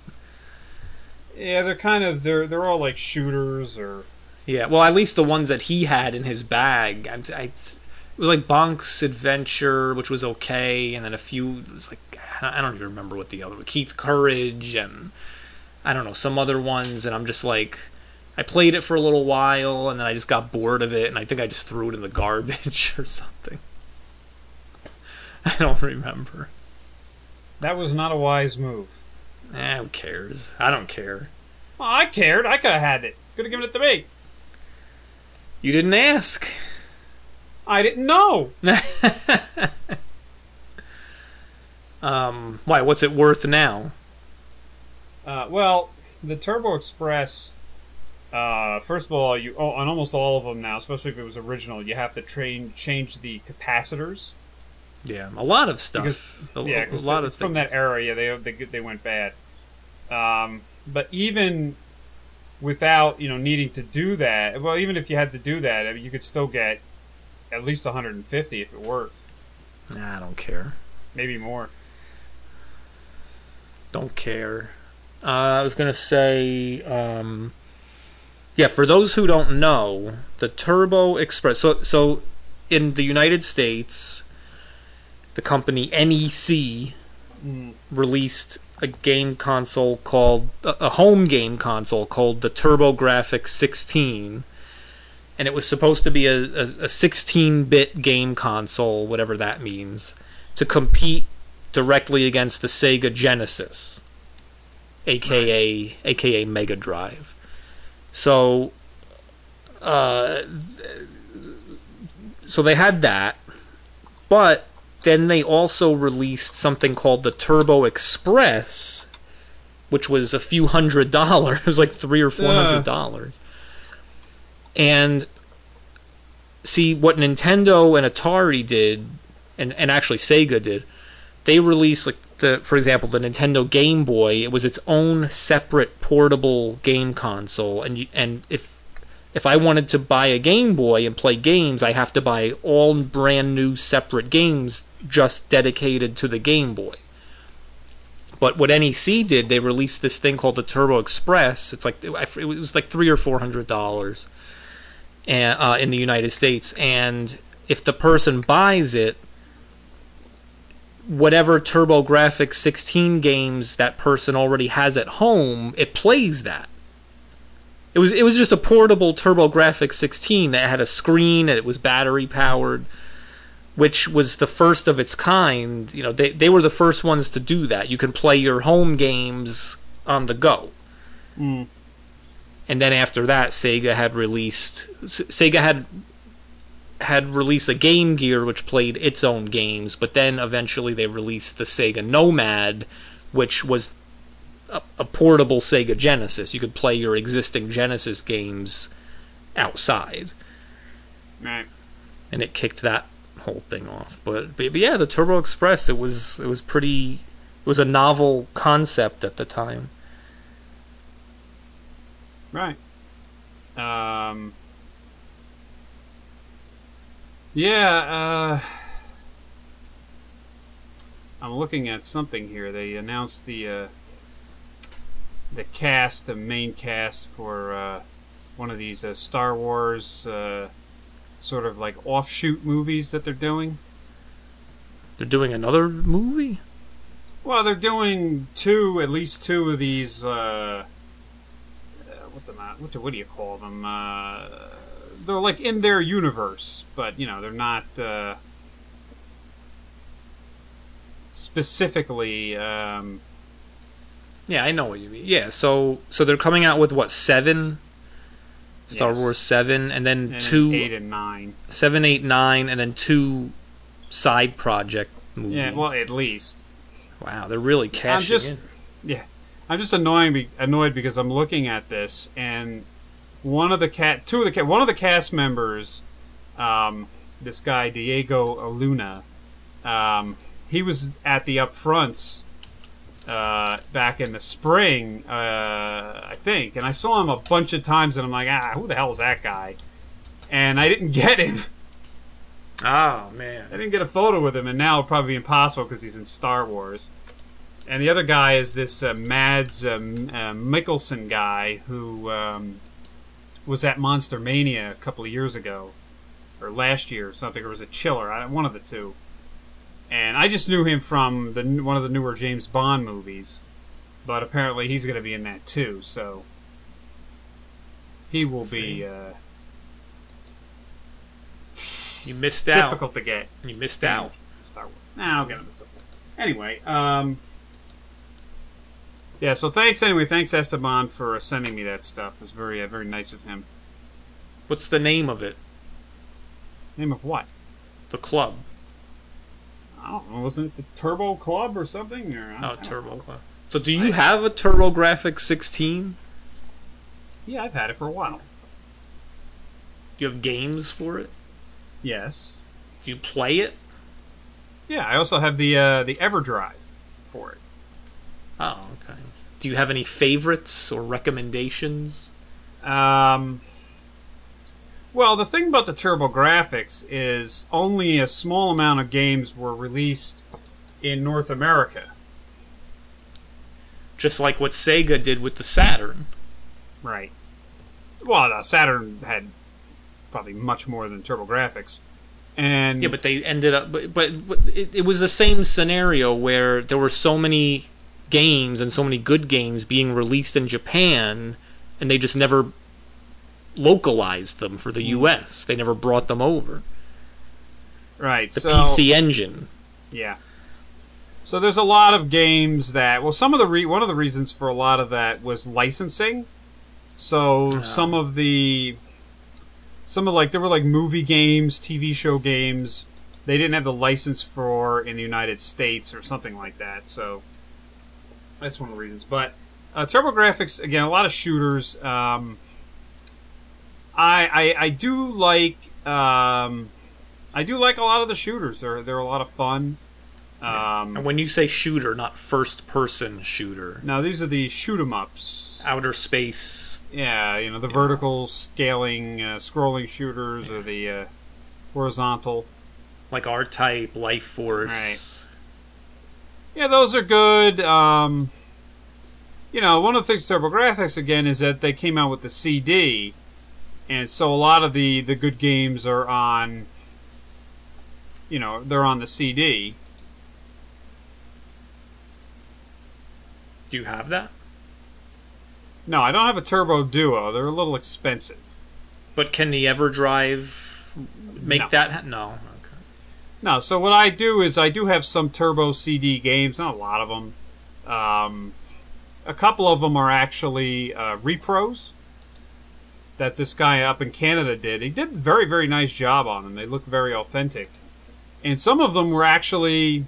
C: Yeah, they're kind of they're they're all like shooters or
B: Yeah, well, at least the ones that he had in his bag. I, I, it was like Bonk's Adventure, which was okay, and then a few. It was like I don't- I don't even remember what the other Keith Courage and I don't know some other ones. And I'm just like, I played it for a little while, and then I just got bored of it, and I think I just threw it in the garbage or something. I don't remember.
C: that was not a wise move.
B: Eh, who cares? I don't care.
C: Well, I cared. I could have had it. Could have given it to me.
B: You didn't ask.
C: I didn't know.
B: Um, why? What's it worth now?
C: Uh, well, the Turbo Express. Uh, first of all, you oh, on almost all of them now, especially if it was original, you have to train change the capacitors.
B: Yeah, a lot of stuff. a,
C: yeah,
B: a
C: 'cause
B: lot of
C: it's from
B: things.
C: that era. Yeah, they they they went bad. Um, but even without you know needing to do that, well, even if you had to do that, I mean, you could still get at least 150 if it worked,
B: Nah, I don't care.
C: maybe more.
B: Don't care. Uh, I was gonna say, um, yeah. For those who don't know, the Turbo Express. So, so in the United States, the company NEC released a game console called a a home game console called the Turbo Graphics 16. and it was supposed to be a, a, a 16-bit game console, whatever that means, to compete directly against the Sega Genesis, aka aka Mega Drive. So, uh, th- so they had that, but then they also released something called the Turbo Express, which was a few hundred dollars. It was like three or four
C: Yeah.
B: hundred dollars. And see what Nintendo and Atari did, and, and actually Sega did, they released like the for example the Nintendo Game Boy. It was its own separate portable game console, and you, and if if I wanted to buy a Game Boy and play games, I have to buy all brand new separate games just dedicated to the Game Boy. But what NEC did, they released this thing called the Turbo Express. It's like it was like three or four hundred dollars and, uh, in the United States, and if the person buys it, whatever TurboGrafx 16 games that person already has at home, it plays that. It was it was just a portable TurboGrafx 16 that had a screen and it was battery powered, which was the first of its kind. You know, they they were the first ones to do that. You can play your home games on the go and then after that, Sega had released. S- Sega had had released a Game Gear which played its own games, but then eventually they released the Sega Nomad, which was a, a portable Sega Genesis. You could play your existing Genesis games outside,
C: Right.
B: and it kicked that whole thing off. But, but, but yeah, the Turbo Express it was it was pretty it was a novel concept at the time.
C: Right. Um. Yeah. Uh, I'm looking at something here. They announced the uh, the cast, the main cast for uh, one of these uh, Star Wars uh, sort of like offshoot movies that they're doing.
B: They're doing another movie.
C: Well, they're doing two, at least two of these. Uh, uh, what the what do, what do you call them? Uh, they're like in their universe, but you know they're not uh, specifically. Um,
B: Yeah, I know what you mean. Yeah, so so they're coming out with what seven, Star
C: Yes.
B: Wars seven, and then
C: in
B: two
C: eight and nine.
B: seven, eight, nine, and then two side project movies.
C: Yeah, well, at least.
B: wow, they're really cashing
C: just-
B: in.
C: Yeah, I'm just annoying be- annoyed because I'm looking at this and one of the cat, two of the cat, one of the cast members, um, this guy Diego Aluna, um, he was at the upfronts uh, back in the spring, uh, I think, and I saw him a bunch of times, and I'm like, ah, who the hell is that guy? And I didn't get him.
B: Oh man,
C: I didn't get a photo with him, and now it'll probably be impossible because he's in Star Wars. And the other guy is this uh, Mads um, uh, Mikkelsen guy who um, was at Monster Mania a couple of years ago, or last year or something, or was it Chiller? I, one of the two. And I just knew him from the n- one of the newer James Bond movies, but apparently he's going to be in that too. So he will
B: See.
C: be uh,
B: you missed out.
C: difficult to get.
B: You missed out.
C: Star Wars. Now I'll get them at some point. Anyway, um, yeah. So thanks anyway. Thanks Esteban for uh, sending me that stuff. It was very uh, very nice of him.
B: What's the name of it?
C: Name of what?
B: The club.
C: I don't know. Wasn't it the Turbo Club or something? Or I
B: Oh,
C: don't know.
B: Turbo Club. So do you have a TurboGrafx 16?
C: Yeah, I've had it for a while.
B: Do you have games for it?
C: Yes.
B: Do you play it?
C: Yeah, I also have the uh, the EverDrive for it.
B: Oh, okay. Do you have any favorites or recommendations?
C: Um, well, the thing about the Turbo Graphics is only a small amount of games were released in North America.
B: Just like what Sega did with the Saturn.
C: Right. Well, no, Saturn had probably much more than Turbo Graphics, and
B: Yeah, but they ended up. But, but, but it, it was the same scenario where there were so many games and so many good games being released in Japan, and they just never localized them for the U.S. They never brought them over.
C: right
B: The
C: so,
B: PC Engine.
C: Yeah. So there's a lot of games that well, some of the re- one of the reasons for a lot of that was licensing. So some of the some of like there were like movie games, TV show games they didn't have the license for in the United States or something like that. So that's one of the reasons. But uh, TurboGrafx again, a lot of shooters. Um, I, I I do like um, I do like a lot of the shooters. They're they're a lot of fun. Um,
B: And when you say shooter, not first person shooter,
C: Now these are the shoot 'em ups.
B: outer space.
C: Yeah, you know the vertical scaling, uh, scrolling shooters, or the uh, horizontal.
B: Like R Type, Life Force.
C: Yeah, those are good. Um, you know, one of the things TurboGrafx again is that they came out with the CD, and so a lot of the the good games are on. You know, they're on the CD.
B: Do you have that?
C: No, I don't have a Turbo Duo. They're a little expensive.
B: But can the EverDrive make
C: No.
B: that? Ha- no. Okay.
C: No, so what I do is I do have some Turbo CD games, not a lot of them. Um, a couple of them are actually uh, repros. that this guy up in Canada did. He did a very, very nice job on them. They look very authentic. And some of them were actually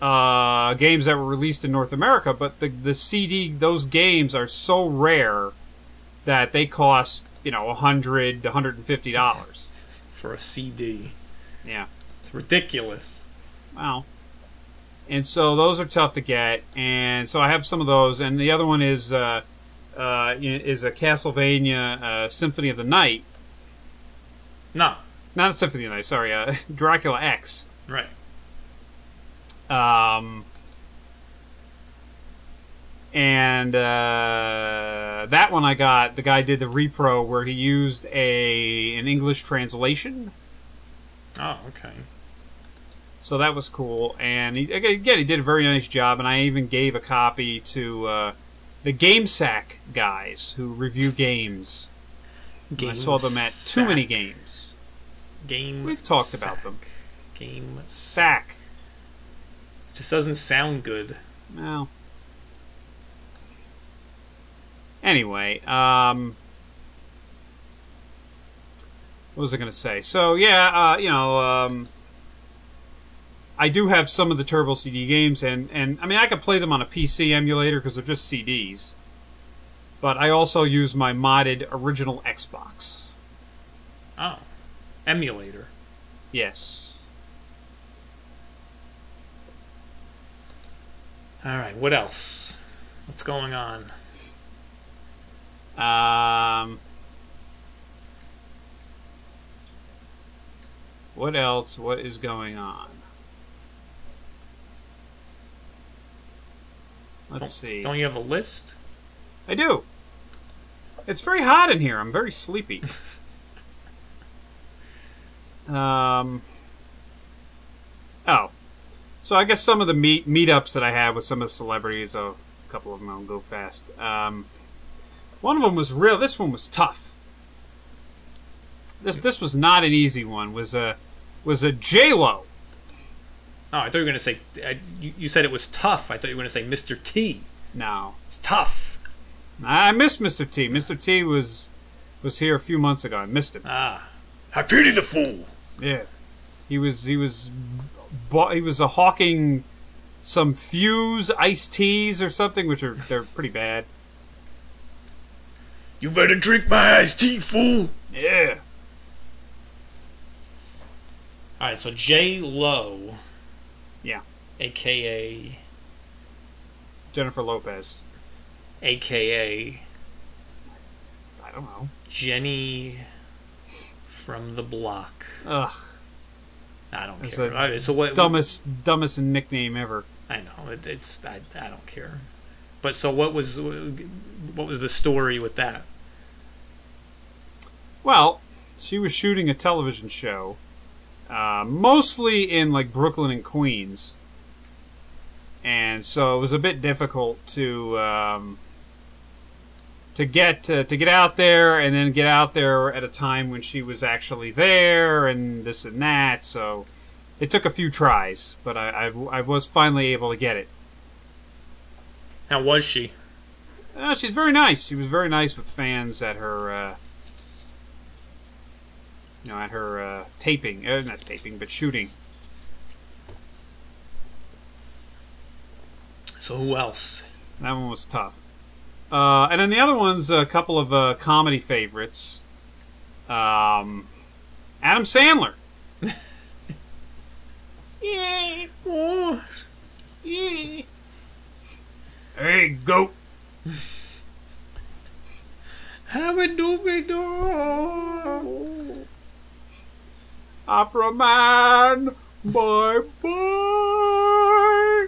C: uh, games that were released in North America, but the, the CD, those games are so rare that they cost, you know, 100 to $150.
B: for a CD.
C: Yeah.
B: It's ridiculous.
C: Wow. And so those are tough to get, and so I have some of those, and the other one is uh, uh, is a Castlevania uh, Symphony of the Night,
B: No,
C: not a Symphony of the Night, sorry, uh, Dracula X.
B: right.
C: Um, and uh, that one I got. The guy did the repro where he used a an English translation,
B: Oh, okay.
C: so that was cool. And he, again, he did a very nice job. And I even gave a copy to uh, the GameSack guys who review games. I saw them at Too Many
B: Games.
C: Games.
B: Game.
C: We've talked
B: sack.
C: about them.
B: Game
C: Sack.
B: just doesn't sound good.
C: Well. Anyway, um, what was I going to say? So yeah, uh, you know, um, I do have some of the Turbo CD games, and and I mean I could play them on a PC emulator because they're just CDs. But I also use my modded original Xbox.
B: Oh, emulator.
C: Yes.
B: All right. What else? What's going on?
C: Um, what else? What is going on? Let's
B: Don't-
C: see.
B: Don't you have a list?
C: I do. It's very hot in here. I'm very sleepy. um. Oh, so I guess some of the meet meetups that I had with some of the celebrities. oh, A couple of them. I'll go fast. Um, one of them was real. This one was tough. This this was not an easy one. Was a was a J Lo.
B: Oh, I thought you were gonna say. I, you, you said it was tough. I thought you were gonna say Mr. T.
C: No,
B: It's tough.
C: I miss Mr. T. Mr. T was was here a few months ago. I missed him.
B: Ah, I pity the fool.
C: Yeah, he was he was bu- he was a hawking some fuse iced teas or something, which are they're pretty bad.
B: You better drink my iced tea, fool.
C: Yeah,
B: All right. So J Lo.
C: Yeah.
B: AKA
C: Jennifer Lopez.
B: AKA
C: I don't know.
B: Jenny from the block.
C: Ugh,
B: I don't
C: That's
B: care.
C: the
B: All right, so what?
C: dumbest dumbest nickname ever.
B: I know it, it's. I, I don't care. But so what was what was the story with that?
C: Well, she was shooting a television show, uh, mostly in like Brooklyn and Queens, and so it was a bit difficult to um, to get uh, to get out there and then get out there at a time when she was actually there and this and that. So it took a few tries, but I, I, I was finally able to get it.
B: How was she?
C: Uh, she's very nice. She was very nice with fans at her, uh, you know, at her uh, taping. Uh, not taping, but shooting.
B: So who else?
C: That one was tough. Uh, and then the other one's a couple of uh, comedy favorites. Um, Adam Sandler. yeah,
B: Oh,
C: yeah. Hey, goat.
B: have a doobie doo.
C: Opera man. Bye bye.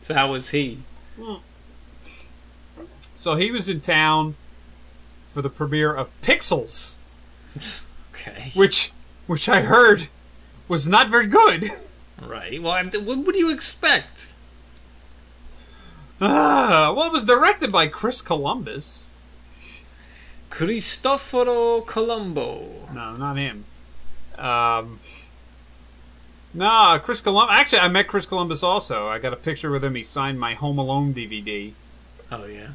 B: So how was he?
C: So he was in town for the premiere of Pixels,
B: Okay.
C: which which I heard was not very good.
B: Right. Well, I'm, what, what do you expect?
C: Ah, well, it was directed by Chris Columbus.
B: Cristoforo Colombo.
C: No, not him. Um, no, Chris Columbus. Actually, I met Chris Columbus also. I got a picture with him. He signed my Home Alone DVD.
B: Oh yeah.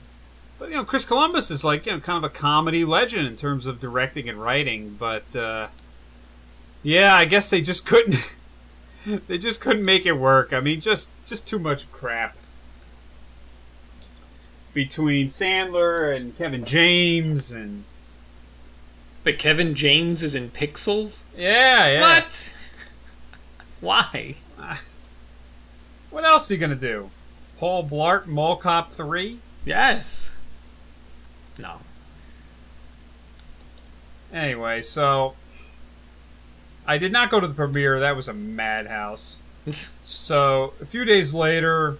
C: But you know, Chris Columbus is like you know kind of a comedy legend in terms of directing and writing. But uh, yeah, I guess they just couldn't. they just couldn't make it work. I mean, just just too much crap between Sandler and Kevin James and
B: But Kevin James is in Pixels?
C: yeah, yeah.
B: What? Why?
C: What else are you gonna do? Paul Blart, Mall Cop Three.
B: Yes. No.
C: Anyway, so I did not go to the premiere. That was a madhouse. so a few days later,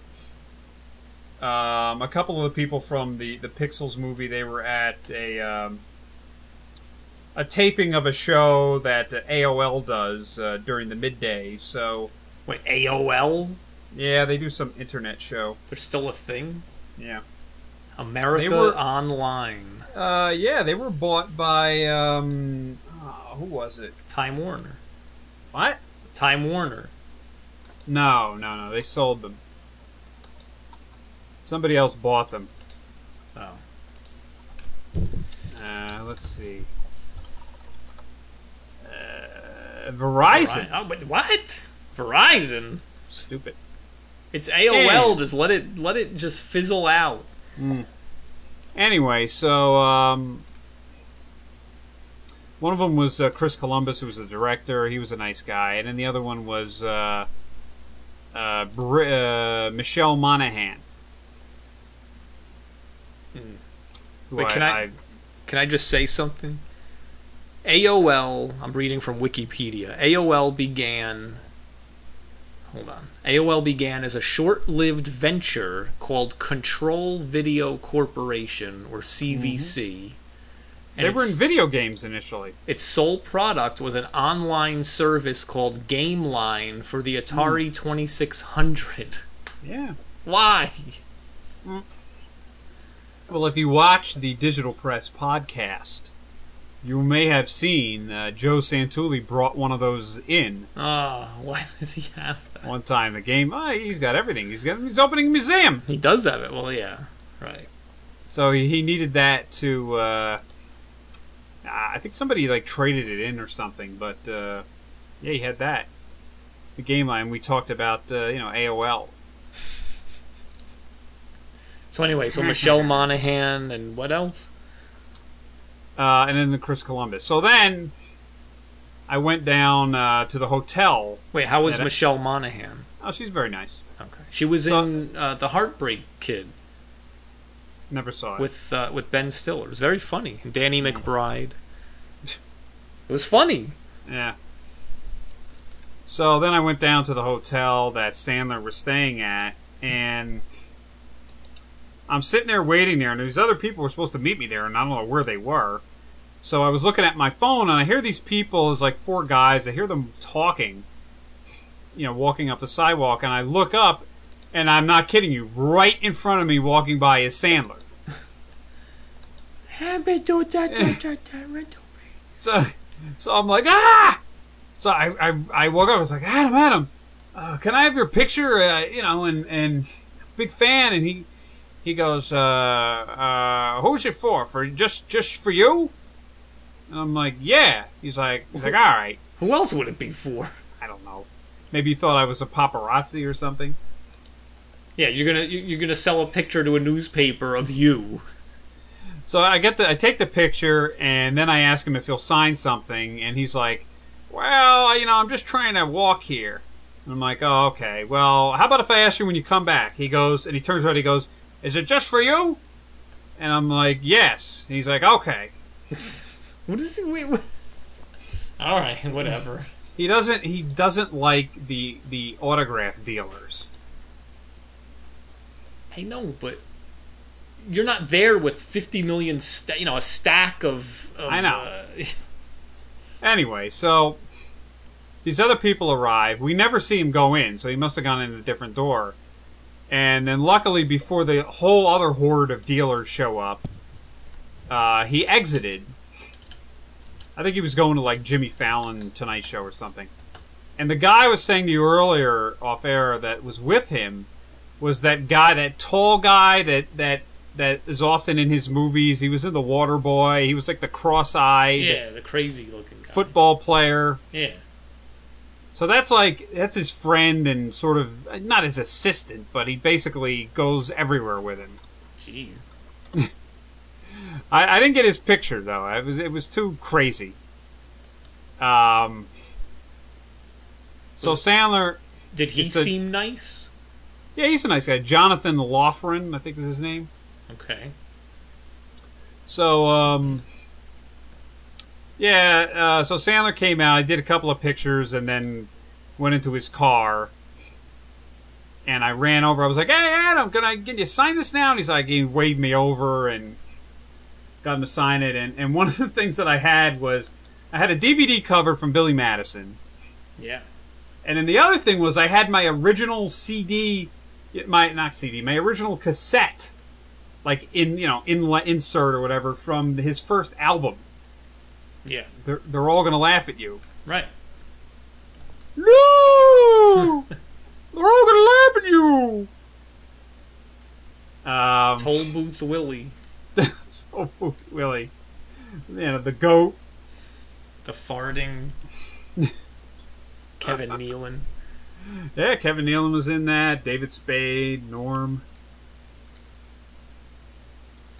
C: um, a couple of the people from the the Pixels movie they were at a um, a taping of a show that AOL does uh, during the midday. So
B: Wait, AOL?
C: yeah, they do some internet show.
B: There's still a thing?
C: Yeah.
B: America
C: They were-
B: Online.
C: Uh, yeah, they were bought by um, oh, who was it?
B: Time Warner.
C: What?
B: Time Warner.
C: No, no, no. They sold them. Somebody else bought them.
B: Oh.
C: Uh, let's see. Uh,
B: Veri-
C: Verizon.
B: Oh, but what? Verizon?
C: Stupid.
B: It's AOL. Just let it let it just fizzle out.
C: Anyway, so um, one of them was uh, Chris Columbus, who was the director. He was a nice guy, and then the other one was uh, uh, Br- uh, Michelle Monaghan.
B: Hmm.
C: Who
B: Wait, can I- Can I just say something? AOL, I'm reading from Wikipedia. AOL began. Hold on. AOL began as a short lived venture called Control Video Corporation, or CVC. And
C: Mm-hmm. they were in
B: its-
C: video games initially.
B: Its sole product was an online service called GameLine for the
C: Hmm.
B: Atari 2600.
C: Yeah.
B: Why?
C: Well, if you watch the Digital Press podcast, you may have seen uh, Joe Santulli brought one of those in
B: Ah, why does he have that?
C: one time. The game, oh, he's got everything. He's got he's opening a museum,
B: He does have it. Well, yeah, right.
C: so he, he needed that to. Uh, I think somebody like traded it in or something, but uh, yeah, he had that. The game line we talked about, uh, you know, AOL.
B: So anyway,
C: Mm-hmm.
B: so Michelle Monaghan and what else?
C: uh, and then the Chris Columbus. So then I went down uh, to the hotel.
B: Wait, how was
C: Yeah, that-
B: Michelle Monaghan?
C: Oh, she's very nice.
B: Okay, she was
C: So-
B: in uh, the Heartbreak Kid
C: Never saw it.
B: with uh, with Ben Stiller. It was very funny. And Danny
C: Mm.
B: McBride. It was funny.
C: yeah. So then I went down to the hotel that Sandler was staying at, and I'm sitting there waiting there, and these other people were supposed to meet me there, and I don't know where they were. So I was looking at my phone, and I hear these people, it's like four guys, I hear them talking, you know, walking up the sidewalk, and I look up, and I'm not kidding you, right in front of me walking by is Sandler. So, so I'm like, ah! So I, I, I woke up. I was like, Adam, Adam, uh, can I have your picture? Uh, you know, and and big fan. And he he goes, uh, uh, who's it for? For just just for you? And I'm like, yeah. He's like, he's like, all right.
B: Who else would it be for?
C: I don't know. Maybe he thought I was a paparazzi or something.
B: Yeah, you're gonna you- you're gonna sell a picture to a newspaper of you.
C: So I get the I take the picture and then I ask him if he'll sign something and he's like, "Well, you know, I'm just trying to walk here." And I'm like, "Oh, okay. Well, how about if I ask you when you come back?" He goes and he turns around. He goes, "Is it just for you?" And I'm like, "Yes." And he's like, "Okay."
B: What is it? Wait, what? All right, whatever.
C: He doesn't he doesn't like the the autograph dealers.
B: I know, but you're not there with 50 million, sta you know, a stack of. of
C: I know.
B: Uh,
C: Anyway, so these other people arrive. We never see him go in, so he must have gone in a different door. And then, luckily, before the whole other horde of dealers show up, uh, he exited. I think he was going to like Jimmy Fallon Tonight Show or something. And the guy I was saying to you earlier off air that was with him was that guy, that tall guy that that that is often in his movies. He was in The Water Boy. He was like the cross-eyed
B: Yeah, the crazy looking guy.
C: football player.
B: Yeah.
C: So that's like that's his friend and sort of not his assistant, but he basically goes everywhere with him.
B: Jeez.
C: I, I didn't get his picture though. It was it was too crazy. Um. So Sandler,
B: Did he
C: It's a-
B: seem nice?
C: yeah, he's a nice guy. Jonathan Loughran, I think is his name.
B: Okay.
C: So, um, yeah, uh, so Sandler came out. I did a couple of pictures and then went into his car. And I ran over. I was like, hey, Adam, can I get you to sign this now? And he's like, he waved me over and got him to sign it. And, and one of the things that I had was I had a DVD cover from Billy Madison.
B: Yeah.
C: And then the other thing was I had my original CD, my not CD, my original cassette, like in you know in insert or whatever from his first album.
B: Yeah.
C: They're they're all gonna laugh at you.
B: Right.
C: No, they're all gonna laugh at you. Um,
B: Toll Booth Willie,
C: so Willie, you know the goat.
B: the farting Kevin Nealon.
C: Yeah, Kevin Nealon was in that. David Spade, Norm.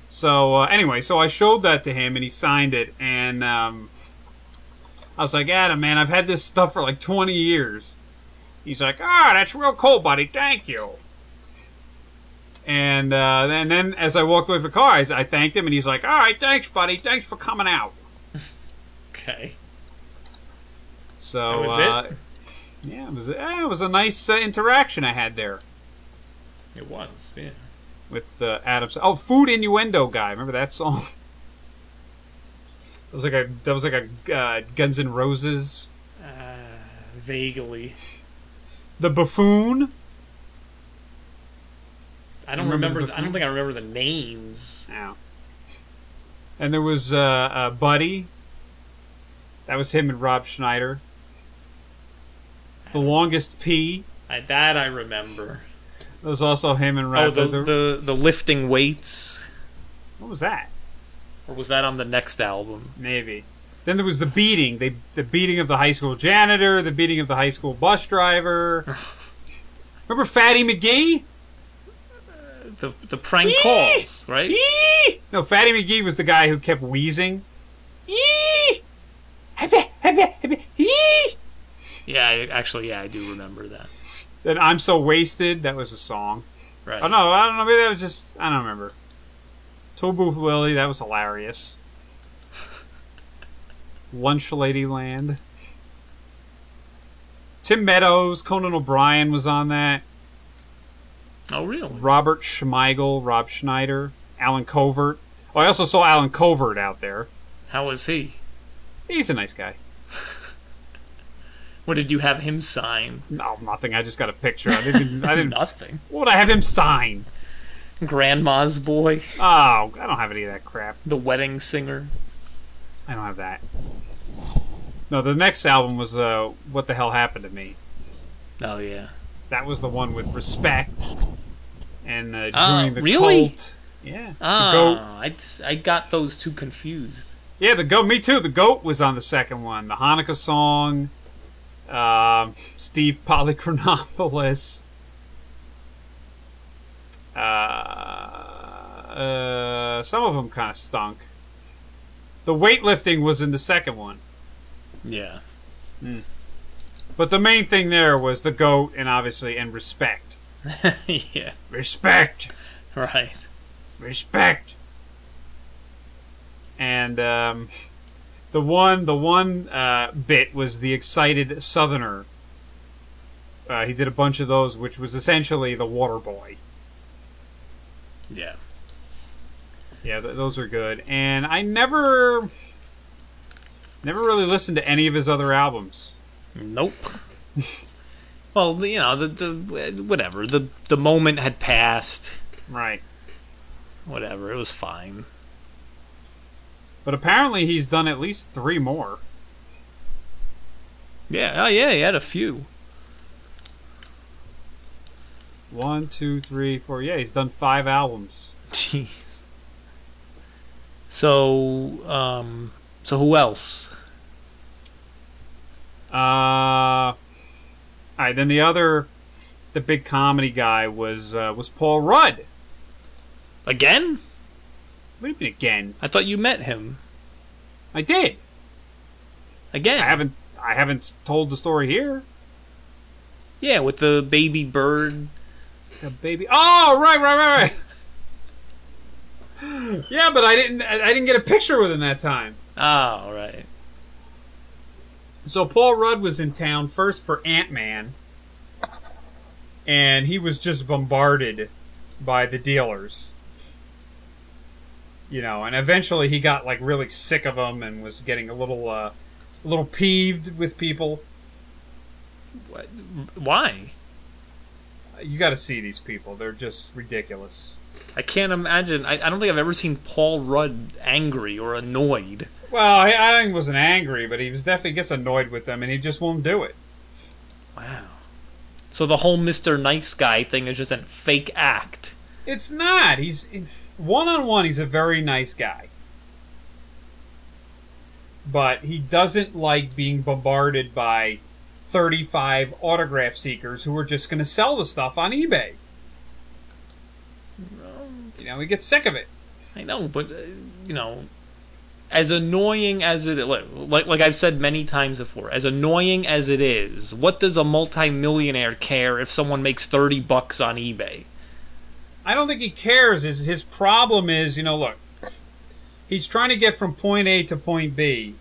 C: So uh, anyway, so I showed that to him, and he signed it. And um, I was like, Adam, man, I've had this stuff for like 20 years. He's like, Ah, that's real cool, buddy. Thank you. And uh, then, then as I walked away from the car, I, I thanked him, and he's like, All right, thanks, buddy. Thanks for coming out.
B: Okay.
C: So
B: That was
C: uh, yeah, it was eh, it was a nice uh, interaction I had there.
B: It was, yeah.
C: with uh, Adams. Oh, food innuendo guy. Remember that song? That was like a that was like a uh, Guns N' Roses.
B: Uh, vaguely.
C: The buffoon.
B: I don't remember.
C: Remember the
B: the- I don't think I remember the names.
C: Yeah. And there was uh, uh, Buddy. That was him and Rob Schneider. The longest P.
B: I, that I remember.
C: That was also him and Rob.
B: Oh, the, the the lifting weights,
C: what was that?
B: or was that on the next album?
C: Maybe. Then there was the beating. They the beating of the high school janitor. The beating of the high school bus driver. Remember Fatty McGee?
B: The the prank calls, right?
C: Eee! No, Fatty McGee was the guy who kept wheezing. Eee! Hebbe, hebbe, hebbe, eee!
B: Yeah, I, actually, yeah, I do remember that.
C: Then I'm so wasted. That was a song.
B: Right.
C: I don't know. I don't know. Maybe that was just. I don't remember. Tool Booth Willie. That was hilarious. Lunch Lady Land. Tim Meadows, Conan O'Brien was on that.
B: Oh, really?
C: Robert Schmeigel, Rob Schneider, Alan Covert. Oh, I also saw Alan Covert out there.
B: How was he?
C: He's a nice guy.
B: What did you have him sign?
C: No, nothing. I just got a picture. I didn't. I didn't.
B: Nothing.
C: What would I have him sign?
B: Grandma's boy,
C: Oh, I don't have any of that crap.
B: the wedding singer.
C: I don't have that. No, the next album was uh, "What the Hell Happened to Me."
B: Oh yeah.
C: That was the one with respect and uh,
B: Ah,
C: joining the
B: really?
C: cult. Yeah, the goat.
B: Ah, I, I got those two confused.
C: Yeah, the goat. Me too. The goat was on the second one. The Hanukkah song. Um Steve Polychronopoulos. Uh, uh, some of them kind of stunk. The weightlifting was in the second one,
B: Yeah.
C: but the main thing there was the goat and obviously and respect.
B: yeah.
C: Respect.
B: Right.
C: respect. And um, the one, the one uh, bit was the excited Southerner. Uh, he did a bunch of those, which was essentially the Water Boy.
B: Yeah.
C: Yeah, th- those were good. And I never, never really listened to any of his other albums.
B: Nope. well, you know, the, the whatever the the moment had passed.
C: Right.
B: Whatever, it was fine.
C: But apparently, he's done at least three more.
B: Yeah. Oh yeah, he had a few.
C: One, two, three, four. Yeah, he's done five albums.
B: Jeez. So, um, so who else?
C: Uh, all right, then the other, the big comedy guy was uh, was Paul Rudd.
B: Again?
C: What do you mean again?
B: I thought you met him.
C: I did. I
B: Again?
C: haven't I haven't told the story here.
B: yeah, with the baby bird.
C: The baby. Oh, right, right, right, right. yeah, but I didn't I I didn't get a picture with him that time.
B: Ah, all right.
C: So Paul Rudd was in town first for Ant Man, and he was just bombarded by the dealers. You know, and eventually he got like really sick of them and was getting a little, uh, a little peeved with people.
B: What- Why?
C: You got to see these people; they're just ridiculous.
B: I can't imagine. I, I don't think I've ever seen Paul Rudd angry or annoyed.
C: Well, he, I think he wasn't angry, but he was definitely gets annoyed with them, and he just won't do it.
B: Wow. So the whole Mr. Nice Guy thing is just a fake act.
C: It's not. He's one on one. He's a very nice guy, but he doesn't like being bombarded by thirty-five autograph seekers who are just going to sell the stuff on eBay. You know, he gets sick of it.
B: I know, but uh, you know, as annoying as it like, like like I've said many times before, as annoying as it is, what does a multimillionaire care if someone makes thirty bucks on eBay?
C: I don't think he cares. His his problem is, you know, look, he's trying to get from point A to point B,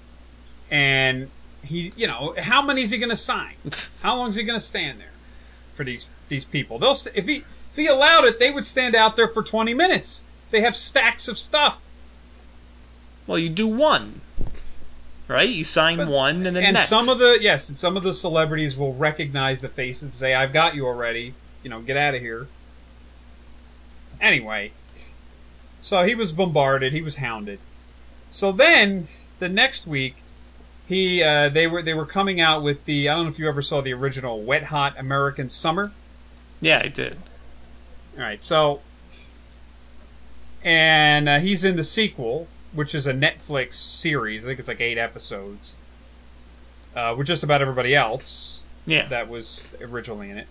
C: and he, you know, how many is he going to sign? How long is he going to stand there for these these people? They'll st- if he if he allowed it, they would stand out there for twenty minutes. They have stacks of stuff,
B: Well, you do one, right? You sign one, and then
C: and
B: next.
C: some of the yes, and some of the celebrities will recognize the faces and say, "I've got you already." You know, get out of here. Anyway, so he was bombarded. He was hounded. So then the next week, he uh, they were they were coming out with the I don't know if you ever saw the original Wet Hot American Summer.
B: yeah, I did.
C: All right, so and uh, he's in the sequel, which is a Netflix series. I think it's like eight episodes. Uh, with just about everybody else
B: Yeah,
C: that was originally in it.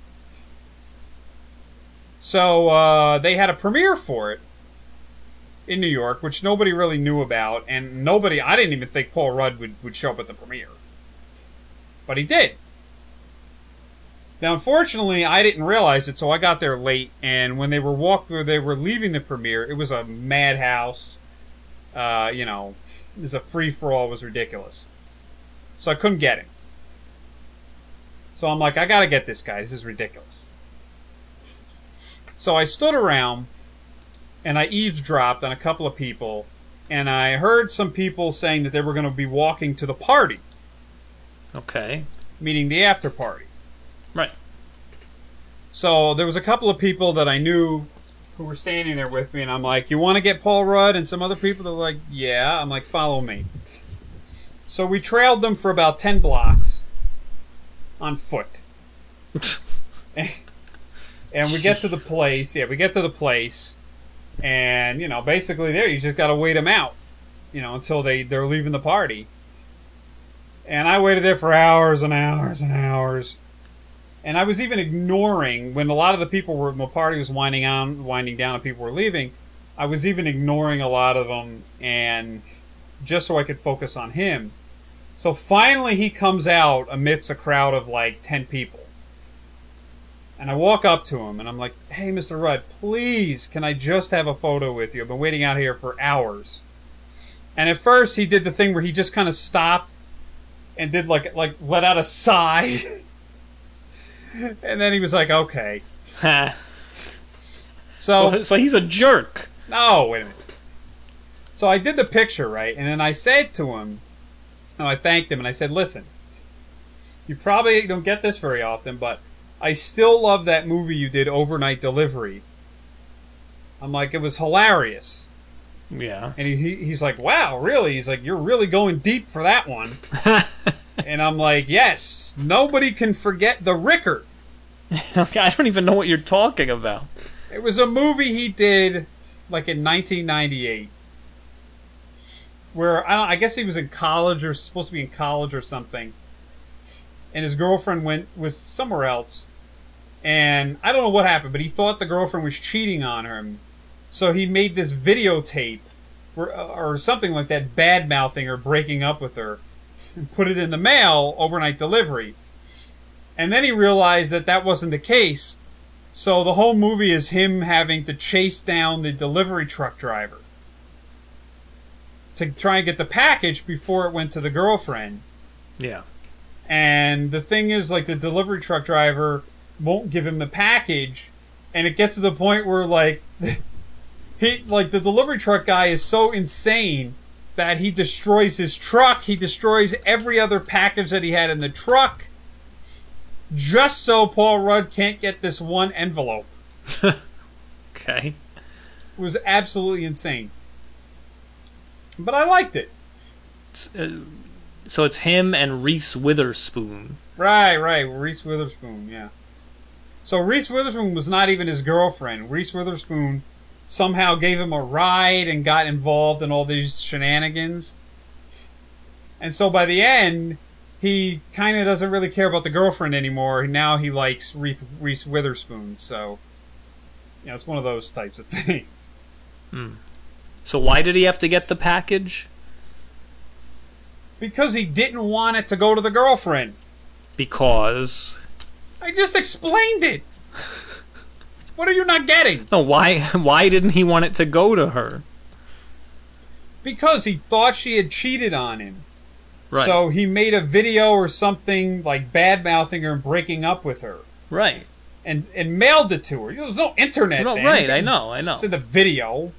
C: So uh, they had a premiere for it in New York, which nobody really knew about, and nobody. I didn't even think Paul Rudd would would show up at the premiere, but he did. Now, unfortunately, I didn't realize it, so I got there late. And when they were walk, or they were leaving the premiere, it was a madhouse. Uh, you know, it was a free for all. Was ridiculous. So I couldn't get him. So I'm like, I gotta get this guy. This is ridiculous. So I stood around and I eavesdropped on a couple of people, and I heard some people saying that they were gonna be walking to the party,
B: okay,
C: meaning the after party.
B: right.
C: So there was a couple of people that I knew who were standing there with me, and I'm like, "You want to get Paul Rudd?" And some other people that were like, "Yeah." I'm like, "Follow me." So we trailed them for about ten blocks on foot, and we get to the place. Yeah, we get to the place, and you know, basically there, you just got to wait them out, you know, until they they're leaving the party. And I waited there for hours and hours and hours and I was even ignoring when a lot of the people were when the party was winding on, winding down, and people were leaving. I was even ignoring a lot of them, and just so I could focus on him. So finally, he comes out amidst a crowd of like ten people, and I walk up to him and I'm like, "Hey, Mr. Rudd, please, can I just have a photo with you? I've been waiting out here for hours." And at first, he did the thing where he just kind of stopped and did like like let out a sigh. And then he was like, okay. Oh.
B: Ha.
C: So,
B: so, so he's a jerk.
C: no, wait a minute. So I did the picture, right? And then I said to him, and I thanked him, and I said, listen, you probably don't get this very often, but I still love that movie you did, Overnight Delivery. I'm like, it was hilarious.
B: Yeah.
C: And he, he, he's like, wow, really? He's like, you're really going deep for that one. and I'm like, yes, nobody can forget the Rickard.
B: Okay, I don't even know what you're talking about.
C: It was a movie he did like in 1998, where I, don't, I guess he was in college or supposed to be in college or something, and his girlfriend went was somewhere else, and I don't know what happened, but he thought the girlfriend was cheating on him, so he made this videotape or, or something like that, bad mouthing or breaking up with her, and put it in the mail overnight delivery. And then he realized that that wasn't the case. So the whole movie is him having to chase down the delivery truck driver to try and get the package before it went to the girlfriend.
B: Yeah.
C: And the thing is, like, the delivery truck driver won't give him the package. And it gets to the point where, like, he, like, the delivery truck guy is so insane that he destroys his truck. He destroys every other package that he had in the truck just so Paul Rudd can't get this one envelope.
B: Okay.
C: It was absolutely insane. But I liked it.
B: It's, uh, so it's him and Reese Witherspoon.
C: Right, right. Reese Witherspoon, yeah. So Reese Witherspoon was not even his girlfriend. Reese Witherspoon somehow gave him a ride and got involved in all these shenanigans. And so by the end, he kind of doesn't really care about the girlfriend anymore. Now he likes Reese, Reese Witherspoon, so you know it's one of those types of things.
B: Hmm. So why did he have to get the package?
C: Because he didn't want it to go to the girlfriend.
B: Because
C: I just explained it. what are you not getting?
B: no, why why didn't he want it to go to her?
C: Because he thought she had cheated on him.
B: Right.
C: So he made a video or something like bad mouthing her and breaking up with her,
B: right.
C: and and mailed it to her. You know, there's no internet.
B: No,
C: then.
B: right. I know. I know.
C: It's in the video.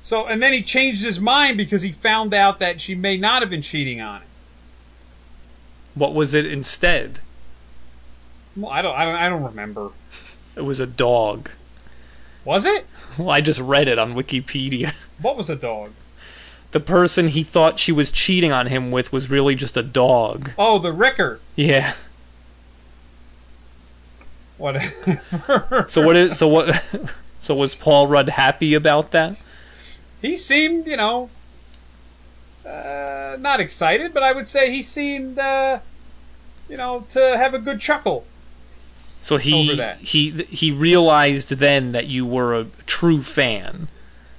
C: So and then he changed his mind because he found out that she may not have been cheating on him.
B: What was it instead?
C: Well, I don't, I don't, I don't remember.
B: It was a dog.
C: Was it?
B: Well, I just read it on Wikipedia.
C: What was a dog?
B: The person he thought she was cheating on him with was really just a dog.
C: Oh, the wrecker.
B: Yeah.
C: Whatever.
B: So what is so what so was Paul Rudd happy about that?
C: he seemed, you know, uh, not excited, but I would say he seemed, uh, you know, to have a good chuckle.
B: So he
C: Over that.
B: he he realized then that you were a true fan.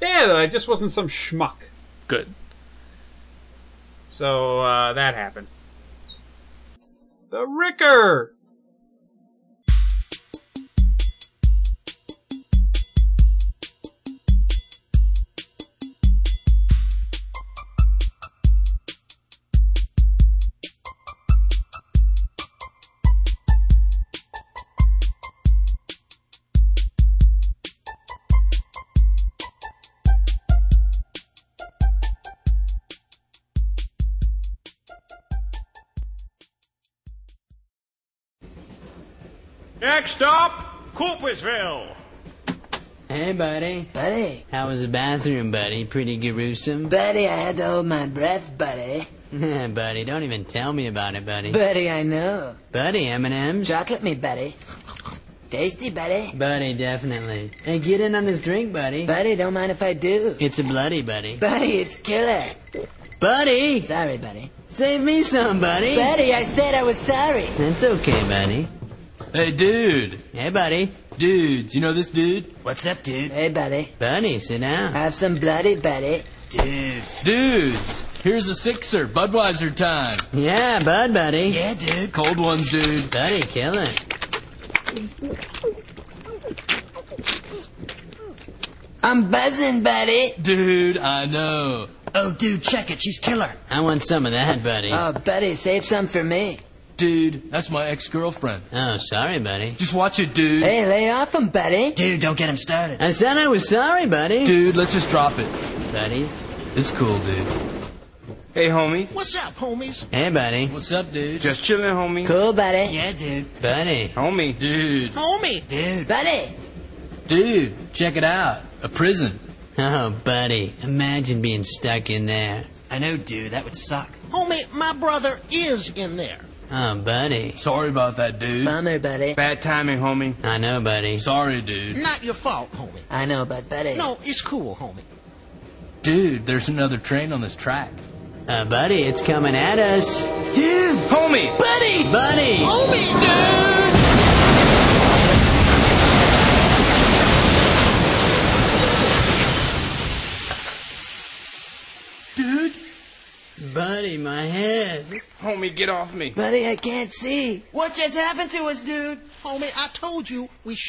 C: Yeah, that I just wasn't some schmuck.
B: Good.
C: So uh, that happened. The Ricker.
D: Next up, Coopersville.
E: Hey, buddy.
F: Buddy,
E: How was the bathroom, buddy? Pretty gruesome?
F: buddy, I had to hold my breath, buddy.
E: buddy, don't even tell me about it, buddy.
F: Buddy, I know.
E: buddy, M&M's?
F: Chocolate me, buddy. Tasty, buddy.
E: buddy, definitely. Hey, get in on this drink, buddy.
F: Buddy, don't mind if I do.
E: it's a bloody buddy.
F: Buddy, it's killer.
E: buddy!
F: Sorry, buddy.
E: Save me some, buddy!
F: Buddy, I said I was sorry.
E: That's okay, buddy.
G: Hey, dude.
E: Hey, buddy.
G: Dudes, you know this dude?
F: What's up, dude? Hey, buddy.
E: Buddy, sit down.
F: Have some bloody, buddy.
G: Dude. Dudes. Here's a sixer. Budweiser time.
E: Yeah, bud, buddy.
G: Yeah, dude. Cold ones, dude.
E: Buddy, kill it.
F: I'm buzzing, buddy.
G: Dude, I know.
D: Oh, dude, check it. She's killer.
E: I want some of that, buddy.
G: Uh.
F: Oh, buddy, save some for me.
G: Dude, that's my ex-girlfriend.
E: oh, sorry, buddy.
G: Just watch it, dude.
F: Hey, lay off him, buddy.
D: Dude, don't get him started.
E: I said I was sorry, buddy.
G: Dude, let's just drop it.
E: Buddies.
G: It's cool, dude.
H: Hey, homie.
D: What's up, homies?
E: Hey, buddy.
G: What's up, dude?
H: Just chillin', homie.
F: Cool, buddy.
D: Yeah, dude.
E: Buddy.
H: Homie.
G: Dude.
D: Homie. Dude.
F: Buddy.
G: Dude, check it out. A prison.
E: Oh, buddy. Imagine being stuck in there.
D: I know, dude. That would suck. Homie, my brother is in there.
E: Oh, buddy.
G: Sorry about that, dude.
F: Bummer, buddy.
H: Bad timing, homie.
E: I know, buddy.
G: Sorry, dude.
D: Not your fault, homie.
F: I know, but buddy.
D: No, it's cool, homie.
G: Dude, there's another train on this track.
E: Uh, buddy, it's coming at us.
F: Dude!
H: Homie!
F: Buddy!
E: Buddy!
F: Homie!
E: Buddy, my head.
H: Homie, get off me.
F: Buddy, I can't see.
D: What just happened to us, dude? Homie, I told you we should.